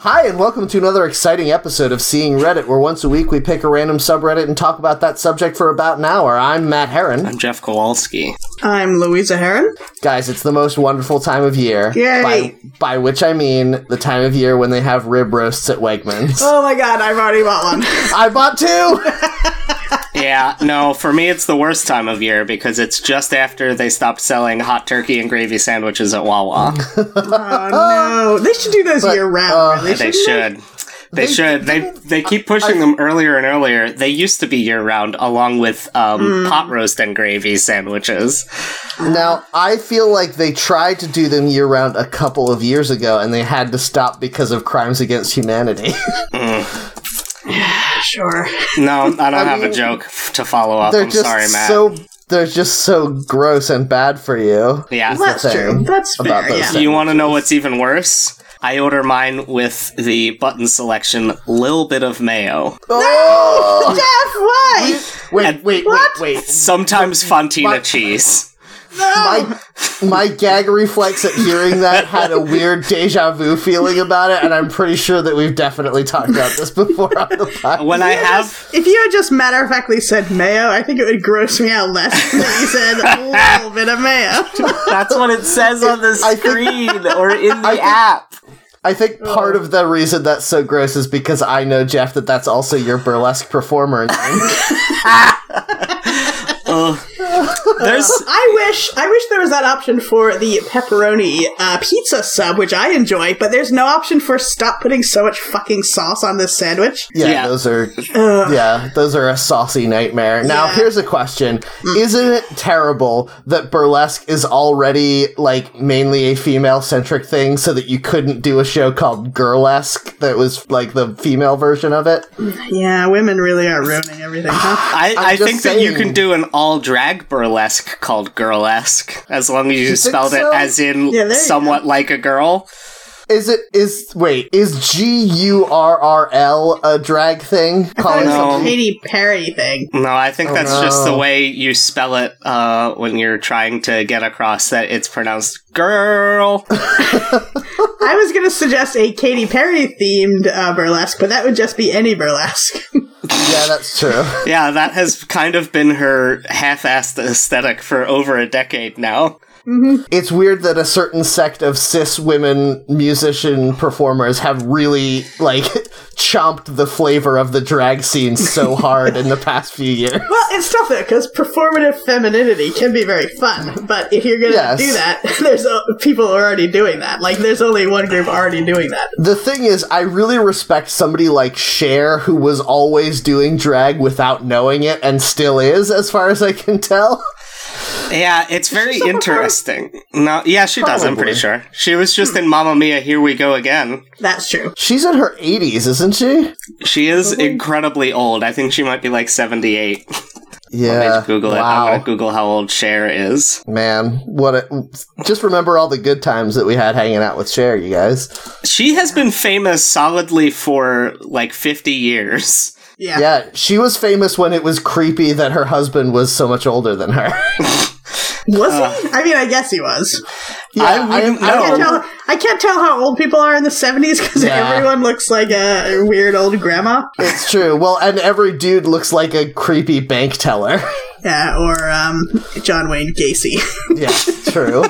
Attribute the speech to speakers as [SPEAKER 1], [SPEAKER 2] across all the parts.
[SPEAKER 1] Hi, and welcome to another exciting episode of Seeing Reddit, where once a week we pick a random subreddit and talk about that subject for about an hour. I'm Matt Heron.
[SPEAKER 2] I'm Jeff Kowalski.
[SPEAKER 3] I'm Louisa Heron.
[SPEAKER 1] Guys, it's the most wonderful time of year.
[SPEAKER 3] Yay.
[SPEAKER 1] By, by which I mean the time of year when they have rib roasts at Wegmans.
[SPEAKER 3] Oh my god, I've already bought one. Oh,
[SPEAKER 1] I bought two!
[SPEAKER 2] Yeah, no, for me it's the worst time of year because it's just after they stopped selling hot turkey and gravy sandwiches at Wawa.
[SPEAKER 3] Oh no, uh, they should do those year round. really,
[SPEAKER 2] They
[SPEAKER 3] shouldn't
[SPEAKER 2] should. They
[SPEAKER 1] They
[SPEAKER 2] should. They they keep pushing them earlier and earlier. They used to be year round, along with um, pot roast and gravy sandwiches.
[SPEAKER 1] now, I feel like they tried to do them year round a couple of years ago and they had to stop because of crimes against humanity.
[SPEAKER 3] Sure.
[SPEAKER 2] No, I don't have a joke f- to follow up.
[SPEAKER 1] they're
[SPEAKER 2] I'm
[SPEAKER 1] just
[SPEAKER 2] sorry, Matt.
[SPEAKER 1] so. They're just so gross and bad for you.
[SPEAKER 2] yeah,
[SPEAKER 3] That's
[SPEAKER 1] thing
[SPEAKER 3] true. That's
[SPEAKER 1] about
[SPEAKER 3] fair.
[SPEAKER 1] those
[SPEAKER 3] Yeah.
[SPEAKER 1] things.
[SPEAKER 2] You want to know what's even worse? I order mine with the button selection, little bit of mayo.
[SPEAKER 1] Oh!
[SPEAKER 3] Jeff, why?
[SPEAKER 1] Wait, wait, wait,
[SPEAKER 3] What?
[SPEAKER 1] wait.
[SPEAKER 2] Sometimes fontina
[SPEAKER 1] But-
[SPEAKER 2] cheese.
[SPEAKER 1] my my gag reflex at hearing that had a weird deja vu feeling about it, and I'm pretty sure that we've definitely talked about this before on the podcast.
[SPEAKER 2] When I have
[SPEAKER 3] If you had just matter of factly said mayo, I think it would gross me out less than you said a little bit of mayo.
[SPEAKER 2] That's what it says on the
[SPEAKER 1] I think-
[SPEAKER 2] screen or in the
[SPEAKER 1] I think-
[SPEAKER 2] app.
[SPEAKER 1] I think part of the reason that's so gross is because I know Jeff that that's also your burlesque performer. name.
[SPEAKER 2] There's
[SPEAKER 3] I wish I wish there was that option for the pepperoni uh, pizza sub, which I enjoy, but there's no option for stop putting so much fucking sauce on this sandwich.
[SPEAKER 1] Yeah,
[SPEAKER 2] Yeah.
[SPEAKER 1] those are yeah, those are a saucy nightmare. Now,
[SPEAKER 3] Yeah.
[SPEAKER 1] here's a question: Isn't it terrible that burlesque is already like mainly a female-centric thing, so that you couldn't do a show called Girlesque that was like the female version of it?
[SPEAKER 3] Yeah, women really are ruining everything, huh?
[SPEAKER 2] I, I
[SPEAKER 1] just
[SPEAKER 2] think that you
[SPEAKER 1] saying.
[SPEAKER 2] can do an all drag burlesque called girlesque as long as you,
[SPEAKER 1] think
[SPEAKER 2] spelled
[SPEAKER 1] so?
[SPEAKER 2] it as in
[SPEAKER 3] Yeah, there you
[SPEAKER 2] somewhat like a girl.
[SPEAKER 1] Is it is wait is G U R R L a drag thing? Call it
[SPEAKER 3] It's
[SPEAKER 2] no.
[SPEAKER 3] a Katy Perry thing.
[SPEAKER 2] No, I think that's just
[SPEAKER 1] Oh, no.
[SPEAKER 2] the way you spell it uh, when you're trying to get across that it's pronounced girl.
[SPEAKER 3] I was going to suggest a Katy Perry themed uh, burlesque, but that would just be any burlesque.
[SPEAKER 1] yeah, that's true.
[SPEAKER 2] yeah, that has kind of been her half-assed aesthetic for over a decade now.
[SPEAKER 1] it's weird that a certain sect of cis women musician performers have really like chomped the flavor of the drag scene so hard in the past few years.
[SPEAKER 3] well, it's tough though, because performative femininity can be very fun, but if you're going to
[SPEAKER 1] Yes.
[SPEAKER 3] do that, there's uh, people already doing that. Like, there's only one group already doing that.
[SPEAKER 1] The thing is, I really respect somebody like Cher who was always doing drag without knowing it and still is, as far as I can tell.
[SPEAKER 2] Yeah, it's very interesting. No, yeah, she does. I'm
[SPEAKER 1] Probably. Hmm.
[SPEAKER 2] pretty sure she was just in Mamma Mia. Here we go again.
[SPEAKER 3] That's true.
[SPEAKER 1] She's in her 80s, isn't she?
[SPEAKER 2] She is incredibly old. I think she might be like 78. I
[SPEAKER 1] Yeah.
[SPEAKER 2] just Google it.
[SPEAKER 1] wow.
[SPEAKER 2] I'm gonna Google how old Cher is.
[SPEAKER 1] Man, what a. Just remember all the good times that we had hanging out with Cher, you guys.
[SPEAKER 2] She has been famous solidly for like 50 years.
[SPEAKER 3] Yeah.
[SPEAKER 1] Yeah, she was famous when it was creepy that her husband was so much older than her.
[SPEAKER 3] Was he? I mean, I guess he was.
[SPEAKER 1] yeah,
[SPEAKER 2] I wouldn't know.
[SPEAKER 3] I
[SPEAKER 1] Oh.
[SPEAKER 3] can't, tell, I can't tell how old people are in the 70s because
[SPEAKER 1] Yeah.
[SPEAKER 3] everyone looks like a weird old grandma.
[SPEAKER 1] It's true. Well, and every dude looks like a creepy bank teller.
[SPEAKER 3] Yeah, or um, John Wayne Gacy.
[SPEAKER 1] yeah, true.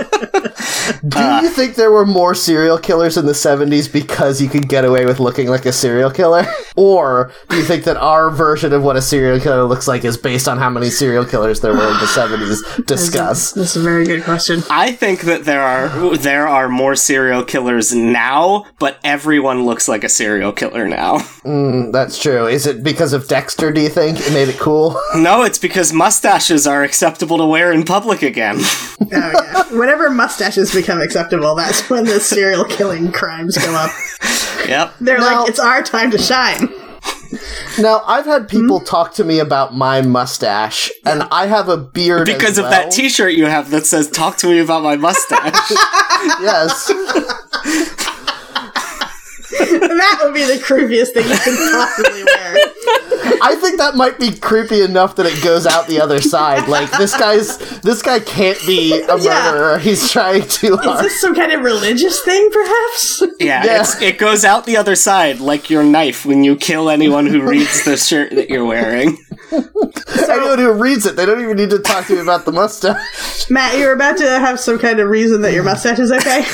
[SPEAKER 1] Do you think there were more serial killers in the 70s because you could get away with looking like a serial killer? Or do you think that our version of what a serial killer looks like is based on how many serial killers there were in the 70s? Discuss.
[SPEAKER 3] That's a very good question.
[SPEAKER 2] I think that there are there are more serial killers now, but everyone looks like a serial killer now.
[SPEAKER 1] Mm, that's true. Is it because of Dexter, do you think? It made it cool?
[SPEAKER 2] no, it's because mustaches are acceptable to wear in public again.
[SPEAKER 3] Oh, yeah. Whenever mustaches become acceptable, that's when the serial killing crimes go up.
[SPEAKER 2] yep.
[SPEAKER 3] They're
[SPEAKER 1] Now-
[SPEAKER 3] like, it's our time to shine.
[SPEAKER 1] Now, I've had people talk to me about my mustache, and I have a beard as
[SPEAKER 2] because of
[SPEAKER 1] well.
[SPEAKER 2] that T-shirt you have that says "Talk to me about my mustache."
[SPEAKER 1] Yes,
[SPEAKER 3] that would be the creepiest thing you could possibly wear.
[SPEAKER 1] I think that might be creepy enough that it goes out the other side. Like this guy's, this guy can't be a
[SPEAKER 3] Yeah.
[SPEAKER 1] murderer. He's trying too
[SPEAKER 3] Is
[SPEAKER 1] hard.
[SPEAKER 3] this some kind of religious thing, perhaps?
[SPEAKER 2] yeah,
[SPEAKER 1] Yeah.
[SPEAKER 2] It's, it goes out the other side like your knife when you kill anyone who reads the shirt that you're wearing.
[SPEAKER 1] Anyone who reads it, they don't even need to talk to me about the mustache.
[SPEAKER 3] Matt, you're about to have some kind of reason that your mustache is okay.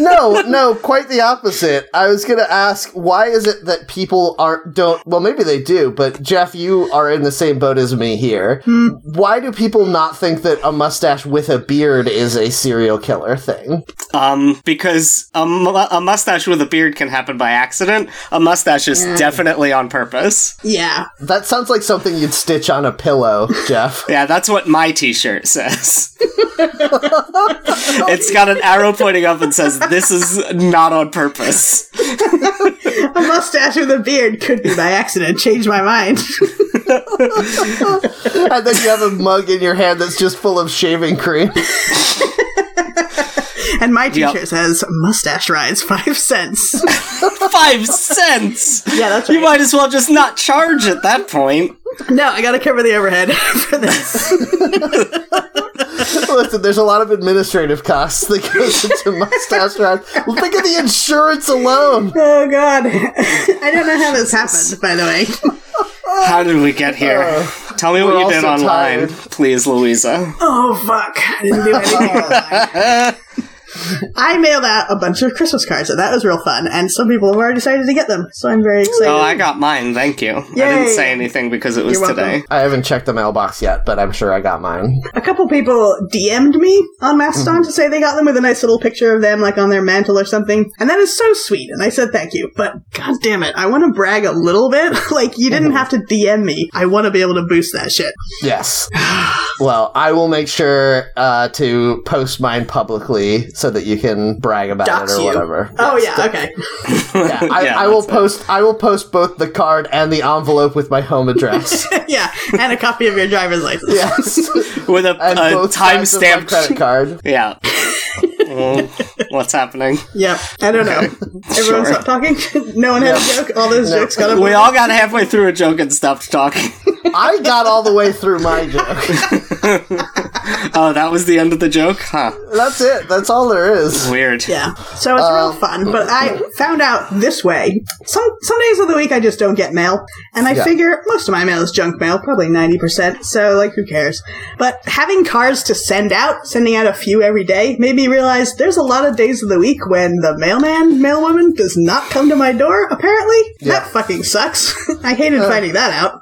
[SPEAKER 1] No, no, quite the opposite. I was going to ask, why is it that people aren't don't? Well, maybe they do, but Jeff, you are in the same boat as me here. Why do people not think that a mustache with a beard is a serial killer thing?
[SPEAKER 2] Um, because a, mu- a mustache with a beard can happen by accident. A mustache is definitely on purpose.
[SPEAKER 3] yeah.
[SPEAKER 1] That sounds like something you'd stitch on a pillow, Jeff.
[SPEAKER 2] Yeah, that's what my T-shirt says. it's got an arrow pointing up and says, "This is not on purpose."
[SPEAKER 3] A mustache with a beard could be by accident. Change my mind.
[SPEAKER 1] and then you have a mug in your hand that's just full of shaving cream.
[SPEAKER 3] And my t
[SPEAKER 2] Yep.
[SPEAKER 3] shirt says, mustache rides five cents.
[SPEAKER 2] Five cents.
[SPEAKER 3] yeah, that's
[SPEAKER 2] You might as well just not charge at that point.
[SPEAKER 3] No, I gotta cover the overhead for this.
[SPEAKER 1] Listen, there's a lot of administrative costs that goes into mustache rides. Think of the insurance alone.
[SPEAKER 3] oh, God. I don't know how this happened, by the way.
[SPEAKER 2] How did we get here? Tell me
[SPEAKER 1] Uh, we're
[SPEAKER 2] what
[SPEAKER 1] all
[SPEAKER 2] you did
[SPEAKER 1] so
[SPEAKER 2] online,
[SPEAKER 1] tired.
[SPEAKER 2] please, Louisa.
[SPEAKER 3] Oh fuck! I didn't do anything. online. I mailed out a bunch of Christmas cards, and that was real fun. And some people have already started to get them, so I'm very excited.
[SPEAKER 2] Oh, I got mine. Thank you. I
[SPEAKER 3] Yay.
[SPEAKER 2] didn't say anything because it was
[SPEAKER 3] You're welcome.
[SPEAKER 2] today.
[SPEAKER 1] I haven't checked the mailbox yet, but I'm sure I got mine.
[SPEAKER 3] a couple people DM'd me on Mastodon
[SPEAKER 2] Mm-hmm.
[SPEAKER 3] to say they got them with a nice little picture of them, like on their mantle or something. And that is so sweet. And I said thank you, but god damn it, I want to brag a little bit. like you
[SPEAKER 2] Mm-hmm.
[SPEAKER 3] didn't have to DM me. I want to be able to boost that shit.
[SPEAKER 1] Yes. Well, I will make sure uh, to post mine publicly so that you can brag about
[SPEAKER 3] Dox
[SPEAKER 1] it or
[SPEAKER 3] you.
[SPEAKER 1] whatever.
[SPEAKER 3] Oh yeah, okay.
[SPEAKER 1] Yeah, I,
[SPEAKER 2] Yeah,
[SPEAKER 1] I will
[SPEAKER 2] that's it.
[SPEAKER 1] post. I will post both the card and the envelope with my home address.
[SPEAKER 3] yeah, and a copy of your driver's license.
[SPEAKER 1] yes,
[SPEAKER 2] with a,
[SPEAKER 1] and
[SPEAKER 2] a
[SPEAKER 1] both
[SPEAKER 2] time
[SPEAKER 1] sides of my
[SPEAKER 2] stamped.
[SPEAKER 1] credit card.
[SPEAKER 2] yeah. Mm, what's happening?
[SPEAKER 3] Yep. I don't know. Everyone
[SPEAKER 2] Sure.
[SPEAKER 3] stopped talking. no one had a joke. All those jokes got
[SPEAKER 2] We
[SPEAKER 3] away.
[SPEAKER 2] all got halfway through a joke and stopped talking.
[SPEAKER 1] I got all the way through my joke.
[SPEAKER 2] Oh, that was the end of the joke? Huh.
[SPEAKER 1] That's it. That's all there is.
[SPEAKER 2] Weird.
[SPEAKER 3] Yeah. So it's
[SPEAKER 1] Um,
[SPEAKER 3] real fun, but I found out this way. Some some days of the week I just don't get mail, and I
[SPEAKER 1] Yeah.
[SPEAKER 3] figure most of my mail is junk mail, probably 90%, so like who cares. But having cards to send out, sending out a few every day, made me realize there's a lot of days of the week when the mailman, mailwoman does not come to my door, apparently.
[SPEAKER 1] Yeah. Uh,
[SPEAKER 3] That fucking sucks. I hated finding that out.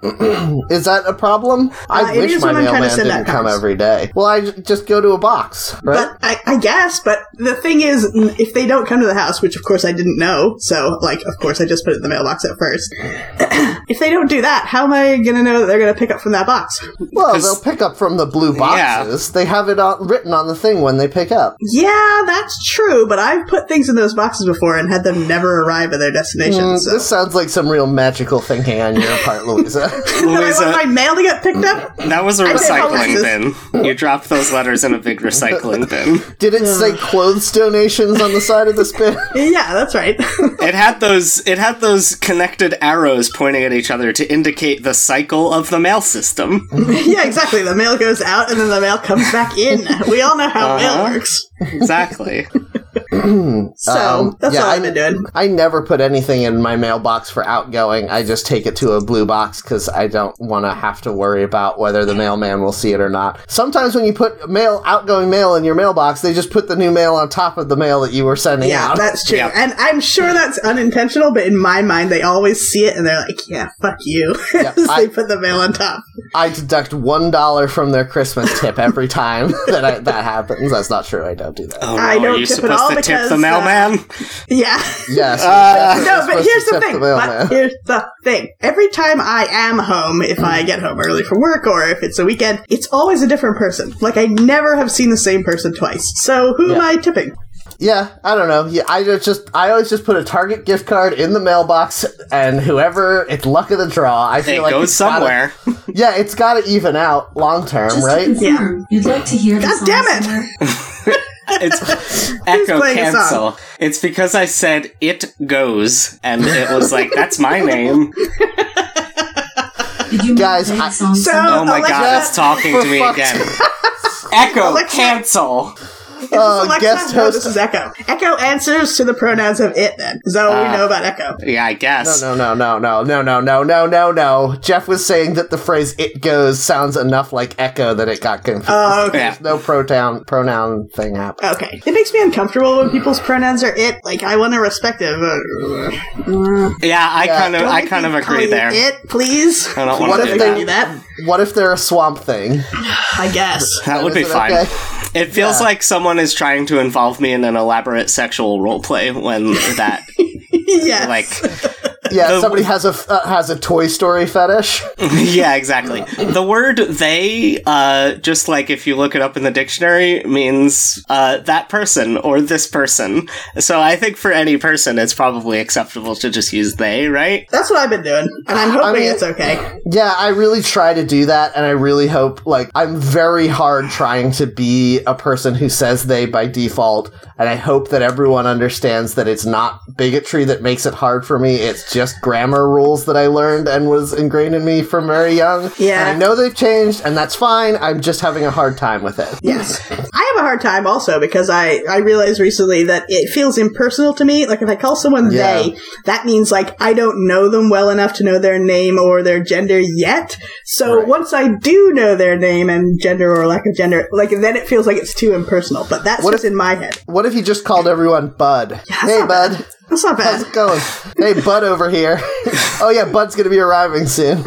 [SPEAKER 1] Is that a problem? I
[SPEAKER 3] Uh, it
[SPEAKER 1] wish
[SPEAKER 3] is
[SPEAKER 1] my
[SPEAKER 3] when I'm trying to
[SPEAKER 1] mailman
[SPEAKER 3] send
[SPEAKER 1] didn't
[SPEAKER 3] out
[SPEAKER 1] come
[SPEAKER 3] cards.
[SPEAKER 1] every day. Well, I j- just go to a box, right?
[SPEAKER 3] But I, I guess, but the thing is, n- if they don't come to the house, which of course I didn't know, so like, of course I just put it in the mailbox at first. if they don't do that, how am I gonna know that they're gonna pick up from that box?
[SPEAKER 1] well,
[SPEAKER 2] 'cause-
[SPEAKER 1] they'll pick up from the blue
[SPEAKER 2] Yeah.
[SPEAKER 1] boxes. They have it on, written on the thing when they pick up.
[SPEAKER 3] Yeah, that's true, but I've put things in those boxes before and had them never arrive at their destination,
[SPEAKER 1] Mm,
[SPEAKER 3] so.
[SPEAKER 1] This sounds like some real magical thinking on your part, Louisa.
[SPEAKER 3] But I want my
[SPEAKER 2] Louisa,
[SPEAKER 3] mail to get picked up?
[SPEAKER 2] that was a
[SPEAKER 3] I said all
[SPEAKER 2] recycling bin. You dropped those letters in a big recycling bin.
[SPEAKER 1] Did it say clothes donations on the side of this bin?
[SPEAKER 3] Yeah, that's right.
[SPEAKER 2] It had those it had those connected arrows pointing at each other to indicate the cycle of the mail system.
[SPEAKER 3] yeah, exactly. The mail goes out and then the mail comes back in. We all know how mail
[SPEAKER 2] Uh-huh.
[SPEAKER 3] works.
[SPEAKER 2] Exactly.
[SPEAKER 3] So,
[SPEAKER 1] Um,
[SPEAKER 3] that's
[SPEAKER 1] yeah,
[SPEAKER 3] all I've
[SPEAKER 1] I-
[SPEAKER 3] been doing.
[SPEAKER 1] I never put anything in my mailbox for outgoing. I just take it to a blue box because I don't want to have to worry about whether the mailman will see it or not. Sometimes when you put mail, outgoing mail in your mailbox, they just put the new mail on top of the mail that you were sending
[SPEAKER 3] Yeah,
[SPEAKER 1] out.
[SPEAKER 3] that's true.
[SPEAKER 2] Yeah.
[SPEAKER 3] And I'm sure that's unintentional, but in my mind, they always see it and they're like, yeah, fuck you.
[SPEAKER 1] Yeah,
[SPEAKER 3] 'Cause
[SPEAKER 1] I-
[SPEAKER 3] they put the mail on top.
[SPEAKER 1] I deduct one dollar from their Christmas tip every time that I, that happens. That's not true. I don't do that.
[SPEAKER 2] Oh,
[SPEAKER 3] I
[SPEAKER 2] no,
[SPEAKER 3] don't
[SPEAKER 2] are you
[SPEAKER 3] tip at
[SPEAKER 2] supposed
[SPEAKER 3] all
[SPEAKER 2] to tip
[SPEAKER 3] because,
[SPEAKER 2] the
[SPEAKER 3] uh,
[SPEAKER 2] mailman?
[SPEAKER 3] Yeah.
[SPEAKER 1] Yes. you're
[SPEAKER 3] Uh,
[SPEAKER 1] definitely
[SPEAKER 3] No, but
[SPEAKER 1] supposed to
[SPEAKER 3] here's the
[SPEAKER 1] tip
[SPEAKER 3] thing.
[SPEAKER 1] mailman.
[SPEAKER 3] but here's the thing. Every time I am home, if I get home early from work or if it's a weekend, it's always a different person. Like, I never have seen the same person twice. So who am
[SPEAKER 1] Yeah.
[SPEAKER 3] I tipping?
[SPEAKER 1] Yeah, I don't know. Yeah, I just I always just put a Target gift card in the mailbox, and whoever it's luck of the draw. I feel
[SPEAKER 2] It
[SPEAKER 1] like
[SPEAKER 2] goes
[SPEAKER 1] it's gotta-
[SPEAKER 2] somewhere.
[SPEAKER 1] yeah, it's got to even out long term,
[SPEAKER 4] Just to
[SPEAKER 1] right?
[SPEAKER 4] confirm, You'd like to hear the
[SPEAKER 3] God
[SPEAKER 4] song
[SPEAKER 3] damn it!
[SPEAKER 4] somewhere?
[SPEAKER 2] it's echo
[SPEAKER 3] playing a
[SPEAKER 2] cancel. It's because I said it goes, and it was like that's my name.
[SPEAKER 4] Did you
[SPEAKER 1] Guys,
[SPEAKER 4] make
[SPEAKER 1] I-
[SPEAKER 4] that song
[SPEAKER 3] So-
[SPEAKER 4] somewhere?
[SPEAKER 2] Oh my god,
[SPEAKER 3] Alexa,
[SPEAKER 2] it's talking
[SPEAKER 1] for
[SPEAKER 2] to me
[SPEAKER 1] fuck's
[SPEAKER 2] again. Echo
[SPEAKER 3] Alexa.
[SPEAKER 2] cancel.
[SPEAKER 3] Does
[SPEAKER 1] Uh,
[SPEAKER 3] Alexa
[SPEAKER 1] guest
[SPEAKER 3] know
[SPEAKER 1] host.
[SPEAKER 3] This is Echo. Echo answers to the pronouns of it. Then is that what
[SPEAKER 2] Ah.
[SPEAKER 3] we know about Echo?
[SPEAKER 2] Yeah, I guess.
[SPEAKER 1] No, no, no, no, no, no, no, no, no, no, no. Jeff was saying that the phrase "it goes" sounds enough like echo that it got confused.
[SPEAKER 3] Oh, okay.
[SPEAKER 2] Yeah.
[SPEAKER 1] no pronoun pronoun thing happened.
[SPEAKER 3] Okay. It makes me uncomfortable when people's pronouns are it. Like I want to respect it. but-
[SPEAKER 2] Yeah, I
[SPEAKER 1] Yeah.
[SPEAKER 2] kind of,
[SPEAKER 3] Don't
[SPEAKER 2] I
[SPEAKER 3] make
[SPEAKER 2] kind of
[SPEAKER 3] me call
[SPEAKER 2] agree
[SPEAKER 3] you
[SPEAKER 2] there.
[SPEAKER 3] It, please.
[SPEAKER 2] I don't
[SPEAKER 1] What
[SPEAKER 2] want to
[SPEAKER 1] if
[SPEAKER 2] do
[SPEAKER 1] they-
[SPEAKER 2] that.
[SPEAKER 3] Do that.
[SPEAKER 1] What if they're a swamp thing?
[SPEAKER 3] I guess.
[SPEAKER 2] That would be
[SPEAKER 1] Is it
[SPEAKER 2] fine.
[SPEAKER 1] okay?
[SPEAKER 2] It feels
[SPEAKER 1] Yeah.
[SPEAKER 2] like someone is trying to involve me in an elaborate sexual roleplay when that,
[SPEAKER 3] yes.
[SPEAKER 2] like,
[SPEAKER 1] Yeah,
[SPEAKER 2] The-
[SPEAKER 1] somebody has a f- uh, has a Toy Story fetish.
[SPEAKER 2] yeah, exactly. The word they, uh, just like if you look it up in the dictionary, means uh, that person or this person. So I think for any person, it's probably acceptable to just use they, right?
[SPEAKER 3] That's what I've been doing, and I'm hoping
[SPEAKER 1] mean-
[SPEAKER 3] it's okay.
[SPEAKER 1] Yeah, I really try to do that, and I really hope, like, I'm very hard trying to be a person who says they by default, and I hope that everyone understands that it's not bigotry that makes it hard for me. It's just grammar rules that I learned and was ingrained in me from very young.
[SPEAKER 3] Yeah.
[SPEAKER 1] And I know they've changed, and that's fine. I'm just having a hard time with it.
[SPEAKER 3] Yes. I have a hard time also because I, I realized recently that it feels impersonal to me. Like if I call someone
[SPEAKER 1] Yeah.
[SPEAKER 3] they, that means like I don't know them well enough to know their name or their gender yet. So
[SPEAKER 1] Right.
[SPEAKER 3] once I do know their name and gender or lack of gender, like then it feels like it's too impersonal. But that's
[SPEAKER 1] What
[SPEAKER 3] what's
[SPEAKER 1] if-
[SPEAKER 3] in my head.
[SPEAKER 1] What if you just called everyone Bud? hey,
[SPEAKER 3] not
[SPEAKER 1] Bud.
[SPEAKER 3] That's not
[SPEAKER 1] How's
[SPEAKER 3] bad.
[SPEAKER 1] it going? hey, Bud over here. oh, yeah, Bud's going to be arriving soon.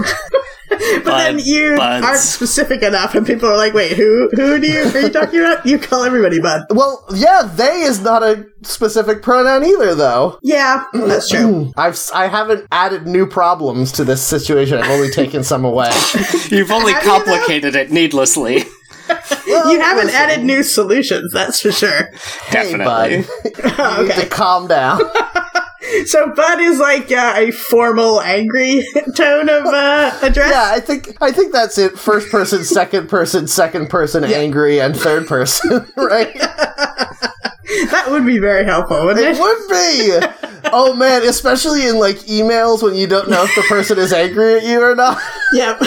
[SPEAKER 3] But then you
[SPEAKER 2] buds.
[SPEAKER 3] aren't specific enough and people are like, wait, who who do you are you talking about? You call everybody bud.
[SPEAKER 1] Well, yeah, they is not a specific pronoun either, though.
[SPEAKER 3] Yeah, that's true.
[SPEAKER 1] I've I haven't added new problems to this situation. I've only taken some away.
[SPEAKER 2] You've only
[SPEAKER 3] How do you know?
[SPEAKER 2] complicated it needlessly.
[SPEAKER 1] Well,
[SPEAKER 3] you haven't
[SPEAKER 1] listen,
[SPEAKER 3] added new solutions, that's for sure. Oh,
[SPEAKER 1] hey,
[SPEAKER 2] Definitely.
[SPEAKER 1] bud. You need to calm down.
[SPEAKER 3] So Bud is like uh, a formal, angry tone of uh, address.
[SPEAKER 1] yeah, I think I think that's it. First person, second person, second person, angry, and third person. Right?
[SPEAKER 3] That would be very helpful, wouldn't
[SPEAKER 1] It
[SPEAKER 3] it?
[SPEAKER 1] would be. Oh man, especially in like emails when you don't know if the person is angry at you or not.
[SPEAKER 3] Yep.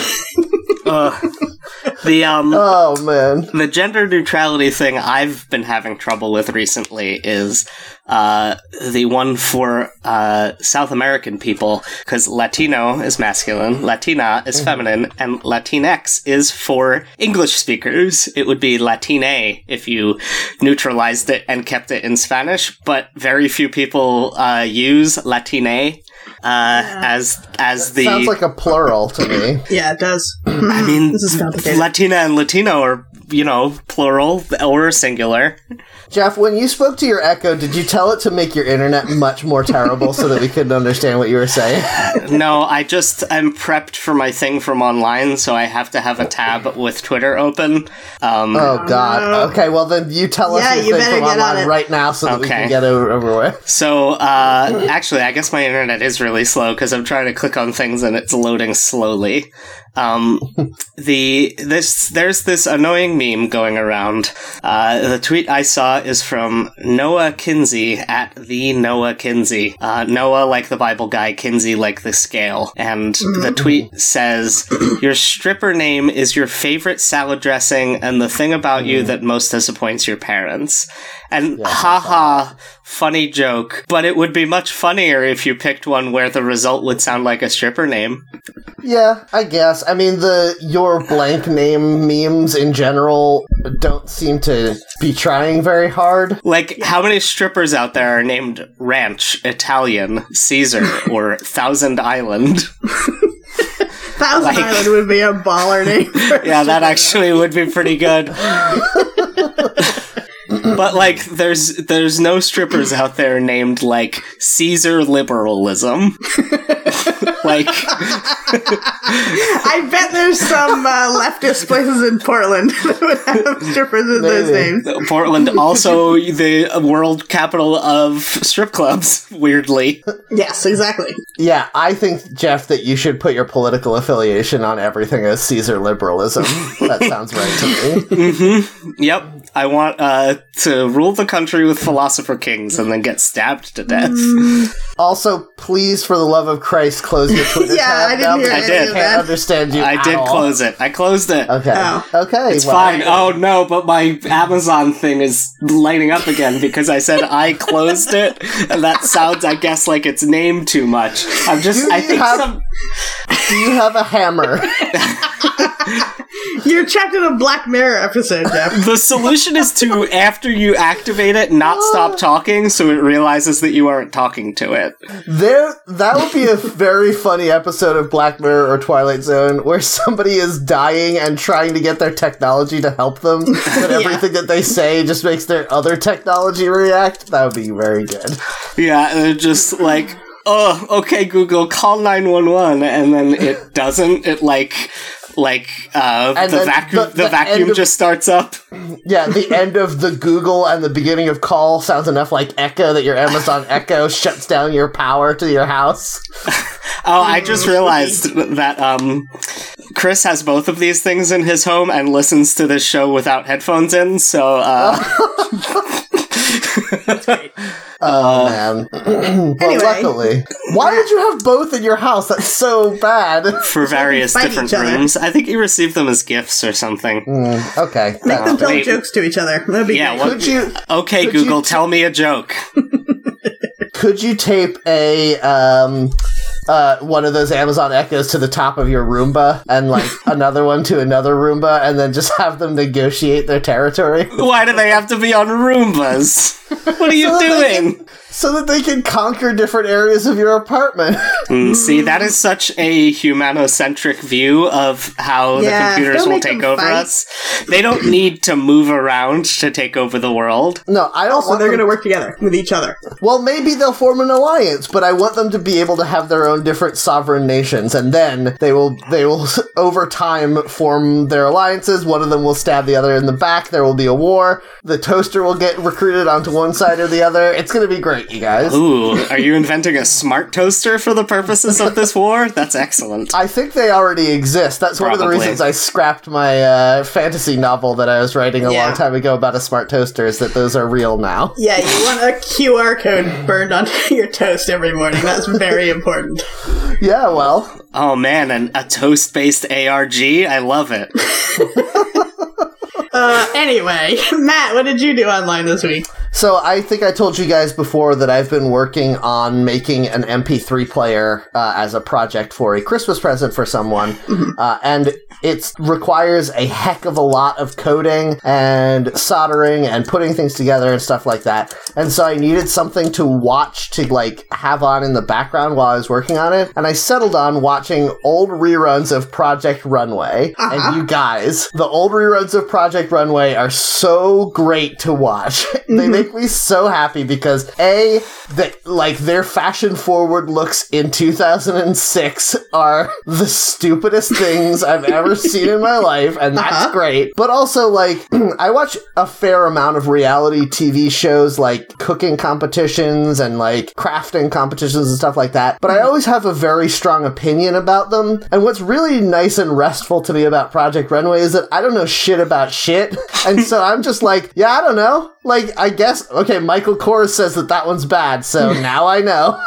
[SPEAKER 2] Ugh. the um,
[SPEAKER 1] Oh man.
[SPEAKER 2] the gender neutrality thing I've been having trouble with recently is uh, the one for uh, South American people because Latino is masculine, Latina is
[SPEAKER 3] Mm-hmm.
[SPEAKER 2] feminine, and Latinx is for English speakers. It would be Latine if you neutralized it and kept it in Spanish, but very few people uh, use Latine. Uh, as as the
[SPEAKER 1] Sounds like a plural to me.
[SPEAKER 3] Yeah, it does.
[SPEAKER 2] I mean,
[SPEAKER 3] This is complicated.
[SPEAKER 2] Latina and Latino are, you know, plural or singular.
[SPEAKER 1] Jeff, when you spoke to your echo, did you tell it to make your internet much more terrible so that we couldn't understand what you were saying?
[SPEAKER 2] no, I just I'm prepped for my thing from online, so I have to have a tab with Twitter open. Um,
[SPEAKER 1] Oh God. Okay. Well, then you tell us
[SPEAKER 3] Yeah,
[SPEAKER 1] your
[SPEAKER 3] you
[SPEAKER 1] thing
[SPEAKER 3] better
[SPEAKER 1] from
[SPEAKER 3] get on
[SPEAKER 1] online
[SPEAKER 3] it.
[SPEAKER 1] right now so that we
[SPEAKER 2] Okay.
[SPEAKER 1] can get over, over with.
[SPEAKER 2] So uh, actually, I guess my internet is really slow because I'm trying to click on things and it's loading slowly. Um, the this there's this annoying meme going around. Uh, the tweet I saw is from Noah Kinsey at the Noah Kinsey. Uh, Noah like the Bible guy, Kinsey like the scale. And the tweet says, "Your stripper name is your favorite salad dressing, and the thing about you that most disappoints your parents." And haha, funny joke. But it would be much funnier if you picked one where the result would sound like a stripper name.
[SPEAKER 1] Yeah, I guess. I mean, the your blank name memes in general don't seem to be trying very hard.
[SPEAKER 2] Like, how many strippers out there are named Ranch, Italian, Caesar, or Thousand Island?
[SPEAKER 3] Thousand
[SPEAKER 2] like-
[SPEAKER 3] Island would be a baller name.
[SPEAKER 2] Yeah, that actually would be pretty good. but like there's there's no strippers out there named like Caesar liberalism. like
[SPEAKER 3] I bet there's some uh, leftist places in Portland that would have strippers with those
[SPEAKER 1] Maybe.
[SPEAKER 3] names.
[SPEAKER 2] Portland also the world capital of strip clubs weirdly.
[SPEAKER 3] Yes, exactly.
[SPEAKER 1] Yeah, I think, Jeff, that you should put your political affiliation on everything as Caesar liberalism. that sounds right to me.
[SPEAKER 2] Mhm. Yep. I want uh to rule the country with philosopher kings and then get stabbed to death.
[SPEAKER 1] Also, please, for the love of Christ, close your Twitter
[SPEAKER 3] Yeah,
[SPEAKER 1] tab
[SPEAKER 3] I didn't
[SPEAKER 1] now
[SPEAKER 3] hear
[SPEAKER 1] because
[SPEAKER 2] any
[SPEAKER 1] I
[SPEAKER 2] of
[SPEAKER 1] can't
[SPEAKER 3] that.
[SPEAKER 1] understand you.
[SPEAKER 2] I
[SPEAKER 1] at
[SPEAKER 2] did
[SPEAKER 1] all.
[SPEAKER 2] close it. I closed it.
[SPEAKER 1] Okay.
[SPEAKER 3] Oh.
[SPEAKER 1] Okay.
[SPEAKER 2] It's
[SPEAKER 1] well,
[SPEAKER 2] fine. Oh no, but my Amazon thing is lighting up again because I said I closed it, and that sounds, I guess, like it's named too much. I'm just,
[SPEAKER 1] Do
[SPEAKER 2] I
[SPEAKER 1] you
[SPEAKER 2] think
[SPEAKER 1] have-
[SPEAKER 2] some.
[SPEAKER 1] Do you have a hammer?
[SPEAKER 3] You're trapped in a Black Mirror episode, Jeff.
[SPEAKER 2] The solution is to, after you activate it, not stop talking so it realizes that you aren't talking to it.
[SPEAKER 1] There, that would be a very funny episode of Black Mirror or Twilight Zone where somebody is dying and trying to get their technology to help them, but
[SPEAKER 3] Yeah.
[SPEAKER 1] everything that they say just makes their other technology react. That would be very good.
[SPEAKER 2] Yeah, they're just like, oh, okay, Google, call 911, and then it doesn't. It like. Like uh,
[SPEAKER 1] And
[SPEAKER 2] the
[SPEAKER 1] then
[SPEAKER 2] vacuum,
[SPEAKER 1] the-
[SPEAKER 2] the,
[SPEAKER 1] the
[SPEAKER 2] vacuum
[SPEAKER 1] end of-
[SPEAKER 2] just starts up.
[SPEAKER 1] Yeah, the end of the Google and the beginning of call sounds enough like Echo that your Amazon Echo shuts down your power to your house.
[SPEAKER 2] Oh, I just realized that um, Chris has both of these things in his home and listens to this show without headphones in. So, uh,
[SPEAKER 1] Oh man. well,
[SPEAKER 3] Anyway.
[SPEAKER 1] Oh, luckily, why did you have both in your house? That's so bad.
[SPEAKER 2] for various
[SPEAKER 3] fight
[SPEAKER 2] different
[SPEAKER 3] each other.
[SPEAKER 2] rooms, I think he received them as gifts or something.
[SPEAKER 1] Mm, okay.
[SPEAKER 3] Make them tell
[SPEAKER 2] wait.
[SPEAKER 3] jokes to each other. That'd be
[SPEAKER 2] Yeah,
[SPEAKER 3] great.
[SPEAKER 2] what-
[SPEAKER 1] Could you
[SPEAKER 2] Okay,
[SPEAKER 1] Could you
[SPEAKER 2] Google,
[SPEAKER 1] t-
[SPEAKER 2] tell me a joke.
[SPEAKER 1] could you tape a um uh, one of those Amazon Echoes to the top of your Roomba, and like another one to another Roomba, and then just have them negotiate their territory
[SPEAKER 2] Why do they have to be on Roombas? What are you
[SPEAKER 1] So they
[SPEAKER 2] doing?
[SPEAKER 1] so that they can conquer different areas of your apartment.
[SPEAKER 2] Mm, See, that is such a humanocentric view of how
[SPEAKER 3] Yeah,
[SPEAKER 2] the computers
[SPEAKER 3] don't
[SPEAKER 2] will
[SPEAKER 3] make
[SPEAKER 2] take
[SPEAKER 3] them
[SPEAKER 2] over
[SPEAKER 3] fight.
[SPEAKER 2] us. They don't need to move around to take over the world.
[SPEAKER 1] no, I don't.
[SPEAKER 3] So
[SPEAKER 1] want
[SPEAKER 3] they're
[SPEAKER 1] them-
[SPEAKER 3] going to work together with each other.
[SPEAKER 1] Well, maybe they'll form an alliance, but I want them to be able to have their own different sovereign nations, and then they will they will over time form their alliances. One of them will stab the other in the back. There will be a war. The toaster will get recruited onto one side or the other. It's going to be great, you guys.
[SPEAKER 2] Ooh, are you inventing a smart toaster for the purposes of this war? That's excellent.
[SPEAKER 1] I think they already exist. That's one of
[SPEAKER 2] Probably.
[SPEAKER 1] the reasons I scrapped my uh, fantasy novel that I was writing a
[SPEAKER 3] Yeah.
[SPEAKER 1] long time ago about a smart toaster. Is that those are real now?
[SPEAKER 3] Yeah, you want a QR code burned onto your toast every morning. That's very important.
[SPEAKER 1] Yeah, well,
[SPEAKER 2] Oh man, and a toast based ARG? I love it.
[SPEAKER 3] Uh, anyway, Matt, what did you do online this week?
[SPEAKER 1] So I think I told you guys before that I've been working on making an MP3 player uh, as a project for a Christmas present for someone, uh, and it requires a heck of a lot of coding and soldering and putting things together and stuff like that. And so I needed something to watch to like have on in the background while I was working on it, and I settled on watching old reruns of Project Runway. And you guys, the old reruns of Project Runway are so great to watch. they make me so happy because a that like their fashion forward looks in 2006 are the stupidest things I've ever seen in my life, and that's
[SPEAKER 3] Uh-huh.
[SPEAKER 1] great. But also like Mm, I watch a fair amount of reality TV shows like cooking competitions and like crafting competitions and stuff like that. But I always have a very strong opinion about them. And what's really nice and restful to me about Project Runway is that I don't know shit about shit. And so I'm just like, yeah, I don't know. Like I guess okay, Michael Kors says that that one's bad, so now I know.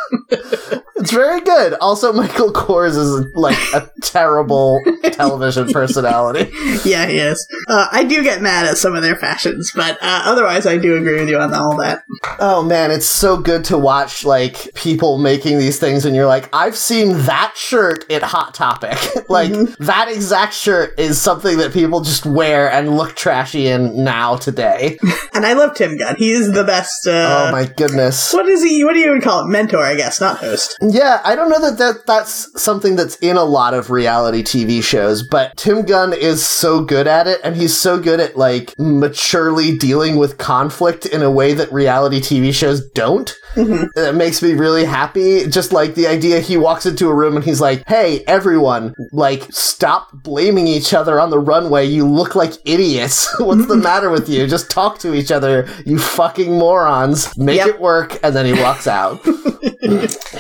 [SPEAKER 1] It's very good. Also, Michael Kors is like a terrible television personality.
[SPEAKER 3] Yeah, he is. Uh, I do get mad at some of their fashions, but uh, otherwise, I do agree with you on all that.
[SPEAKER 1] Oh man, it's so good to watch like people making these things and you're like, I've seen that shirt at Hot Topic. like that exact shirt is something that people just wear and look trashy in now today.
[SPEAKER 3] And I love Tim Gunn. He is the best. Uh,
[SPEAKER 1] oh my goodness.
[SPEAKER 3] What is he? What do you even call it? Mentor, I guess, not host.
[SPEAKER 1] Yeah, I don't know that, that that's something that's in a lot of reality TV shows, but Tim Gunn is so good at it and he's so good at like maturely dealing with conflict in a way that reality TV shows don't. That makes me really happy. Just like the idea he walks into a room and he's like, "Hey, everyone, like stop blaming each other on the runway. You look like idiots. What's the matter with you? Just talk to each other, you fucking morons. Make
[SPEAKER 3] Yep.
[SPEAKER 1] it work." And then he walks out.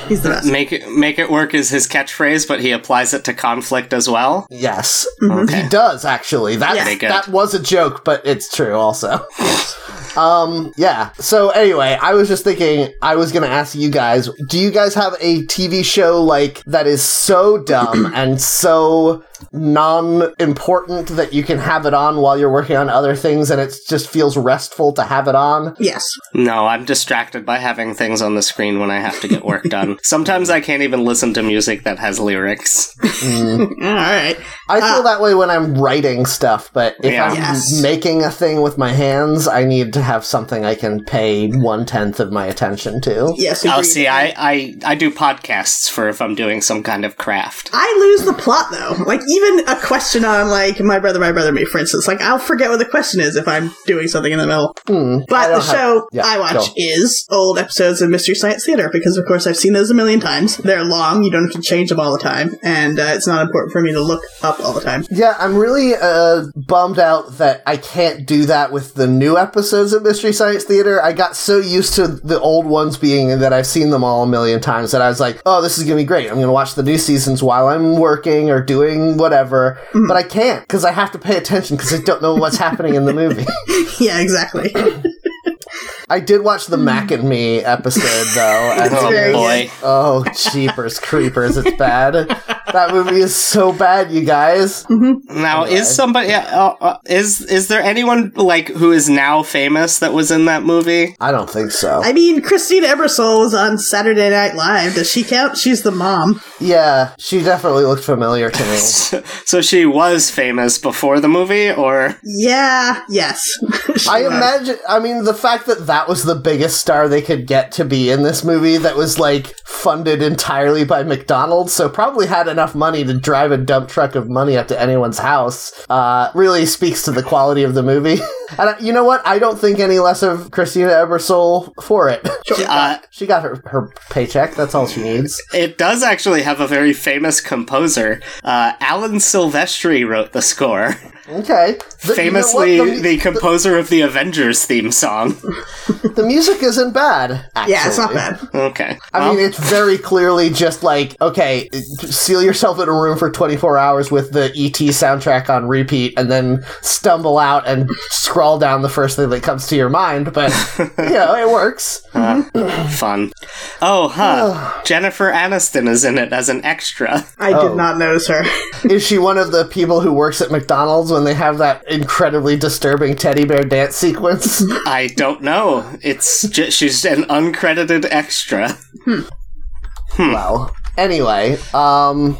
[SPEAKER 3] He's the best.
[SPEAKER 2] Make it make it work is his catchphrase, but he applies it to conflict as well.
[SPEAKER 1] yes.
[SPEAKER 2] Okay.
[SPEAKER 1] He does actually. That
[SPEAKER 3] Yeah. Very
[SPEAKER 2] good.
[SPEAKER 1] that was a joke, but it's true also. um, yeah. So anyway, I was just thinking I was going to ask you guys, do you guys have a TV show like that is so dumb and so non-important that you can have it on while you're working on other things and it just feels restful to have it on?
[SPEAKER 3] Yes.
[SPEAKER 2] No, I'm distracted by having things on the screen when I have to get work done. Sometimes I can't even listen to music that has lyrics.
[SPEAKER 3] All right.
[SPEAKER 1] I feel
[SPEAKER 3] Ah.
[SPEAKER 1] that way when I'm writing stuff, but if
[SPEAKER 2] Yeah.
[SPEAKER 1] I'm
[SPEAKER 3] Yes.
[SPEAKER 1] making a thing with my hands, I need to have something I can pay one tenth of my attention to.
[SPEAKER 3] Yes.
[SPEAKER 2] Oh,
[SPEAKER 3] agreed.
[SPEAKER 2] see, I, I, I do podcasts for if I'm doing some kind of craft.
[SPEAKER 3] I lose the plot though. Like even a question on like my brother, my brother, me, for instance. Like I'll forget what the question is if I'm doing something in the middle.
[SPEAKER 1] Hmm, I
[SPEAKER 3] But the
[SPEAKER 1] don't have-
[SPEAKER 3] show
[SPEAKER 1] yeah,
[SPEAKER 3] I watch
[SPEAKER 1] go.
[SPEAKER 3] is old episodes of Mystery Science Theater because, of course, I've seen those a million times. They're long; you don't have to change them all the time, and uh, it's not important for me to look up all the time.
[SPEAKER 1] Yeah, I'm really uh, bummed out that I can't do that with the new episodes of Mystery Science Theater. I got so used to the old ones being that I've seen them all a million times that I was like, oh, this is going to be great. I'm going to watch the new seasons while I'm working or doing whatever.
[SPEAKER 3] Mm-hmm.
[SPEAKER 1] But I can't because I have to pay attention because I don't know what's happening in the movie.
[SPEAKER 3] yeah, exactly.
[SPEAKER 1] I did watch the Mac and Me episode, though. and-
[SPEAKER 3] Mm. It's
[SPEAKER 2] Oh
[SPEAKER 3] very
[SPEAKER 2] boy.
[SPEAKER 1] oh, jeepers, creepers, it's bad. That movie is so bad, you guys.
[SPEAKER 3] Mm.
[SPEAKER 2] Now, is somebody uh, uh, is is there anyone like who is now famous that was in that movie?
[SPEAKER 1] I don't think so.
[SPEAKER 3] I mean, Christine Ebersole was on Saturday Night Live. Does she count? She's the mom.
[SPEAKER 1] Yeah, she definitely looked familiar to me.
[SPEAKER 2] so she was famous before the movie, or
[SPEAKER 3] Yeah. Yes. She
[SPEAKER 1] I
[SPEAKER 3] was.
[SPEAKER 1] imagine, I mean, the fact that that was the biggest star they could get to be in this movie that was like funded entirely by McDonald's, so probably had enough money to drive a dump truck of money up to anyone's house, uh, really speaks to the quality of the movie. And I, you know what? I don't think any less of Christina Ebersole for it.
[SPEAKER 2] uh,
[SPEAKER 1] She got her, her paycheck, that's all she needs.
[SPEAKER 2] it does actually have a very famous composer. Uh, Alan Silvestri wrote the score,
[SPEAKER 1] Okay. The- you know what?
[SPEAKER 2] famously
[SPEAKER 1] The mu-
[SPEAKER 2] the composer of the Avengers theme song.
[SPEAKER 1] the music isn't bad, actually.
[SPEAKER 3] Yeah, it's not bad.
[SPEAKER 2] Okay,
[SPEAKER 1] I
[SPEAKER 2] Well,
[SPEAKER 1] mean, it's very clearly just like, okay, seal yourself in a room for 24 hours with the ET soundtrack on repeat and then stumble out and scrawl down the first thing that comes to your mind, but, you know, it works.
[SPEAKER 2] fun. Oh, huh. Jennifer Aniston is in it as an extra.
[SPEAKER 3] I
[SPEAKER 1] Oh.
[SPEAKER 3] did not notice her.
[SPEAKER 1] Is she one of the people who works at McDonald's when they have that incredibly disturbing teddy bear dance sequence?
[SPEAKER 2] I don't know. It's ju- she's an uncredited extra.
[SPEAKER 1] well, anyway, um.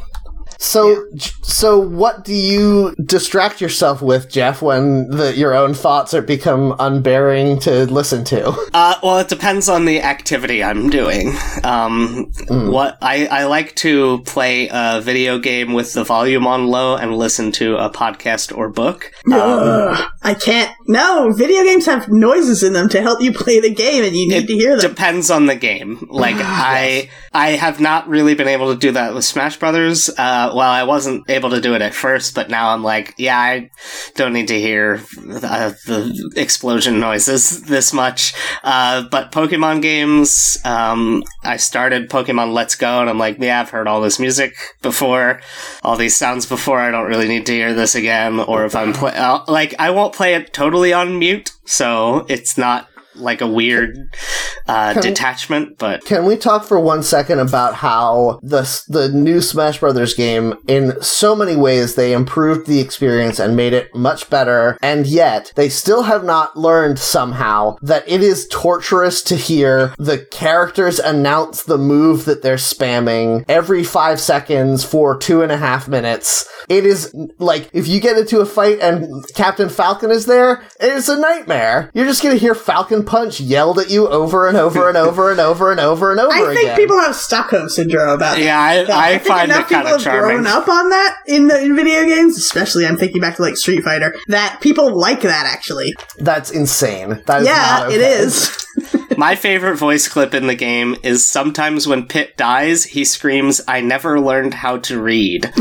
[SPEAKER 1] So, j- so what do you distract yourself with, Jeff, when the, your own thoughts are become unbearing to listen to?
[SPEAKER 2] Uh, well, it depends on the activity I'm doing. Um, What I, I like to play a video game with the volume on low and listen to a podcast or book.
[SPEAKER 3] Ugh. I can't. No, video games have noises in them to help you play the game, and you need to hear them.
[SPEAKER 2] Depends on the game. Like I, I have not really been able to do that with Smash Brothers. Uh, well, I wasn't able to do it at first, but now I'm like, yeah, I don't need to hear uh, the explosion noises this much. Uh, but Pokemon games, um, I started Pokemon Let's Go, and I'm like, yeah, I've heard all this music before, all these sounds before. I don't really need to hear this again. Or if I'm play, uh, like, I won't play it totally on mute, so it's not like a weird uh, detachment, but
[SPEAKER 1] Can we talk for one second about how the the new Smash Brothers game, in so many ways, they improved the experience and made it much better, and yet they still have not learned somehow that it is torturous to hear the characters announce the move that they're spamming every five seconds for two and a half minutes. It is like if you get into a fight and Captain Falcon is there, it's a nightmare. You're just gonna hear Falcon American Punch yelled at you over and over and over and over and over and over
[SPEAKER 3] I
[SPEAKER 1] again.
[SPEAKER 3] think people have Stockholm syndrome about that.
[SPEAKER 2] Yeah, I, I,
[SPEAKER 3] think
[SPEAKER 2] find
[SPEAKER 3] enough
[SPEAKER 2] it kind
[SPEAKER 3] people
[SPEAKER 2] of
[SPEAKER 3] have
[SPEAKER 2] charming.
[SPEAKER 3] grown up on that in the in video games, especially. I'm thinking back to like Street Fighter. That people like that actually.
[SPEAKER 1] That's insane. That is
[SPEAKER 3] yeah,
[SPEAKER 1] not okay.
[SPEAKER 3] it is.
[SPEAKER 2] My favorite voice clip in the game is sometimes when Pit dies, he screams, I never learned how to read.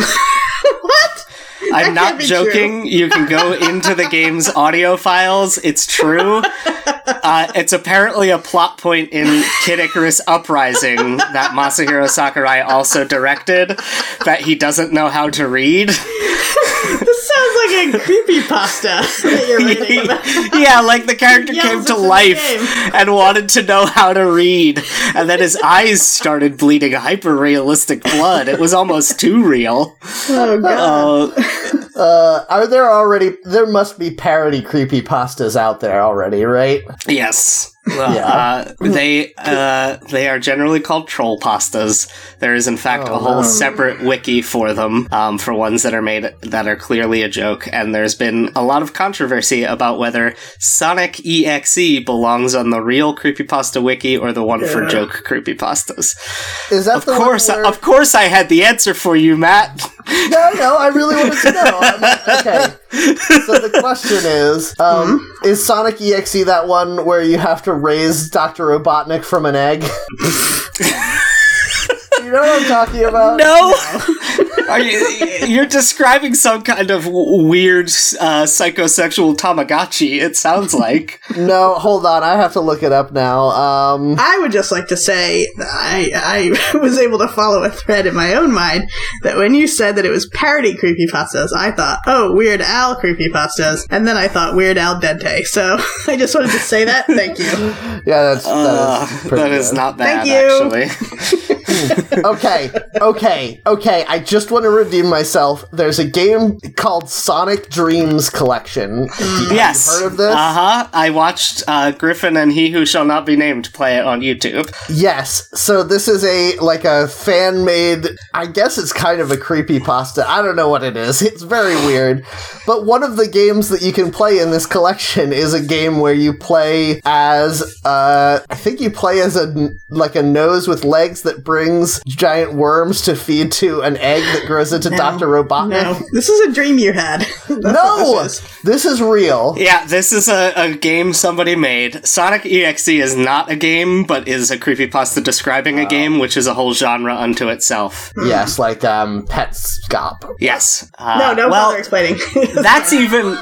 [SPEAKER 3] what?
[SPEAKER 2] I'm
[SPEAKER 3] can't
[SPEAKER 2] not
[SPEAKER 3] be
[SPEAKER 2] joking. You can go into the game's audio files. It's true. Uh, it's apparently a plot point in Kid Icarus Uprising that Masahiro Sakurai also directed that he doesn't know how to read.
[SPEAKER 3] This sounds like a creepy pasta that you're reading. about.
[SPEAKER 2] yeah, like the character
[SPEAKER 3] Yells
[SPEAKER 2] came
[SPEAKER 3] this
[SPEAKER 2] to
[SPEAKER 3] in the
[SPEAKER 2] life
[SPEAKER 3] game.
[SPEAKER 2] and wanted to know how to read, and then his eyes started bleeding hyper realistic blood. It was almost too real.
[SPEAKER 3] Oh god.
[SPEAKER 2] Uh,
[SPEAKER 1] Uh, are there already? There must be parody creepy pastas out there already, right?
[SPEAKER 2] Yes. Uh, they uh, they are generally called troll pastas. There is, in fact,
[SPEAKER 1] Oh,
[SPEAKER 2] a whole
[SPEAKER 1] no.
[SPEAKER 2] separate wiki for them, um, for ones that are made that are clearly a joke. And there's been a lot of controversy about whether Sonic EXE belongs on the real creepypasta wiki or the one for
[SPEAKER 3] Yeah.
[SPEAKER 2] joke creepypastas.
[SPEAKER 1] Is that
[SPEAKER 2] Of
[SPEAKER 1] the
[SPEAKER 2] course,
[SPEAKER 1] One where-
[SPEAKER 2] of course, I had the answer for you, Matt.
[SPEAKER 1] no, no. I really wanted to know. I'm- okay. So the question is: um,
[SPEAKER 2] Mm-hmm.
[SPEAKER 1] Is Sonic EXE that one where you have to raise Doctor Robotnik from an egg? you know what I'm talking about?
[SPEAKER 2] No. Are you, you're describing some kind of w- weird uh, psychosexual Tamagotchi. It sounds like
[SPEAKER 1] No, hold on. I have to look it up now. Um,
[SPEAKER 3] I would just like to say that I, I was able to follow a thread in my own mind that when you said that it was parody creepypastas, I thought, oh, Weird Al creepypastas, and then I thought Weird Al Dente. So I just wanted to say that. Thank you.
[SPEAKER 1] yeah, that's
[SPEAKER 2] uh,
[SPEAKER 1] that is pretty
[SPEAKER 2] that is
[SPEAKER 1] good.
[SPEAKER 2] not bad.
[SPEAKER 3] Thank you.
[SPEAKER 2] Actually,
[SPEAKER 1] okay, okay, okay. I just want to redeem myself. There's a game called Sonic Dreams Collection.
[SPEAKER 2] Mm.
[SPEAKER 1] Have you
[SPEAKER 2] yes.
[SPEAKER 1] heard of this?
[SPEAKER 2] Uh huh. I watched uh, Griffin and He Who Shall Not Be Named play it on YouTube.
[SPEAKER 1] Yes. So this is a like a fan made. I guess it's kind of a creepy pasta. I don't know what it is. It's very weird. But one of the games that you can play in this collection is a game where you play as uh, I think you play as a n- like a nose with legs that brings giant worms to feed to an egg that grows into
[SPEAKER 3] No.
[SPEAKER 1] Doctor Robotnik.
[SPEAKER 3] No, this is a dream you had. That's what
[SPEAKER 1] Uh, No,
[SPEAKER 3] this is.
[SPEAKER 1] this is real.
[SPEAKER 2] Yeah, this is a, a game somebody made. Sonic EXE is not a game, but is a creepypasta describing a game, which is a whole genre unto itself.
[SPEAKER 1] Yes, like um, Pet Scop.
[SPEAKER 2] Yes. Uh,
[SPEAKER 3] No, no
[SPEAKER 2] well,
[SPEAKER 3] bother explaining.
[SPEAKER 2] that's even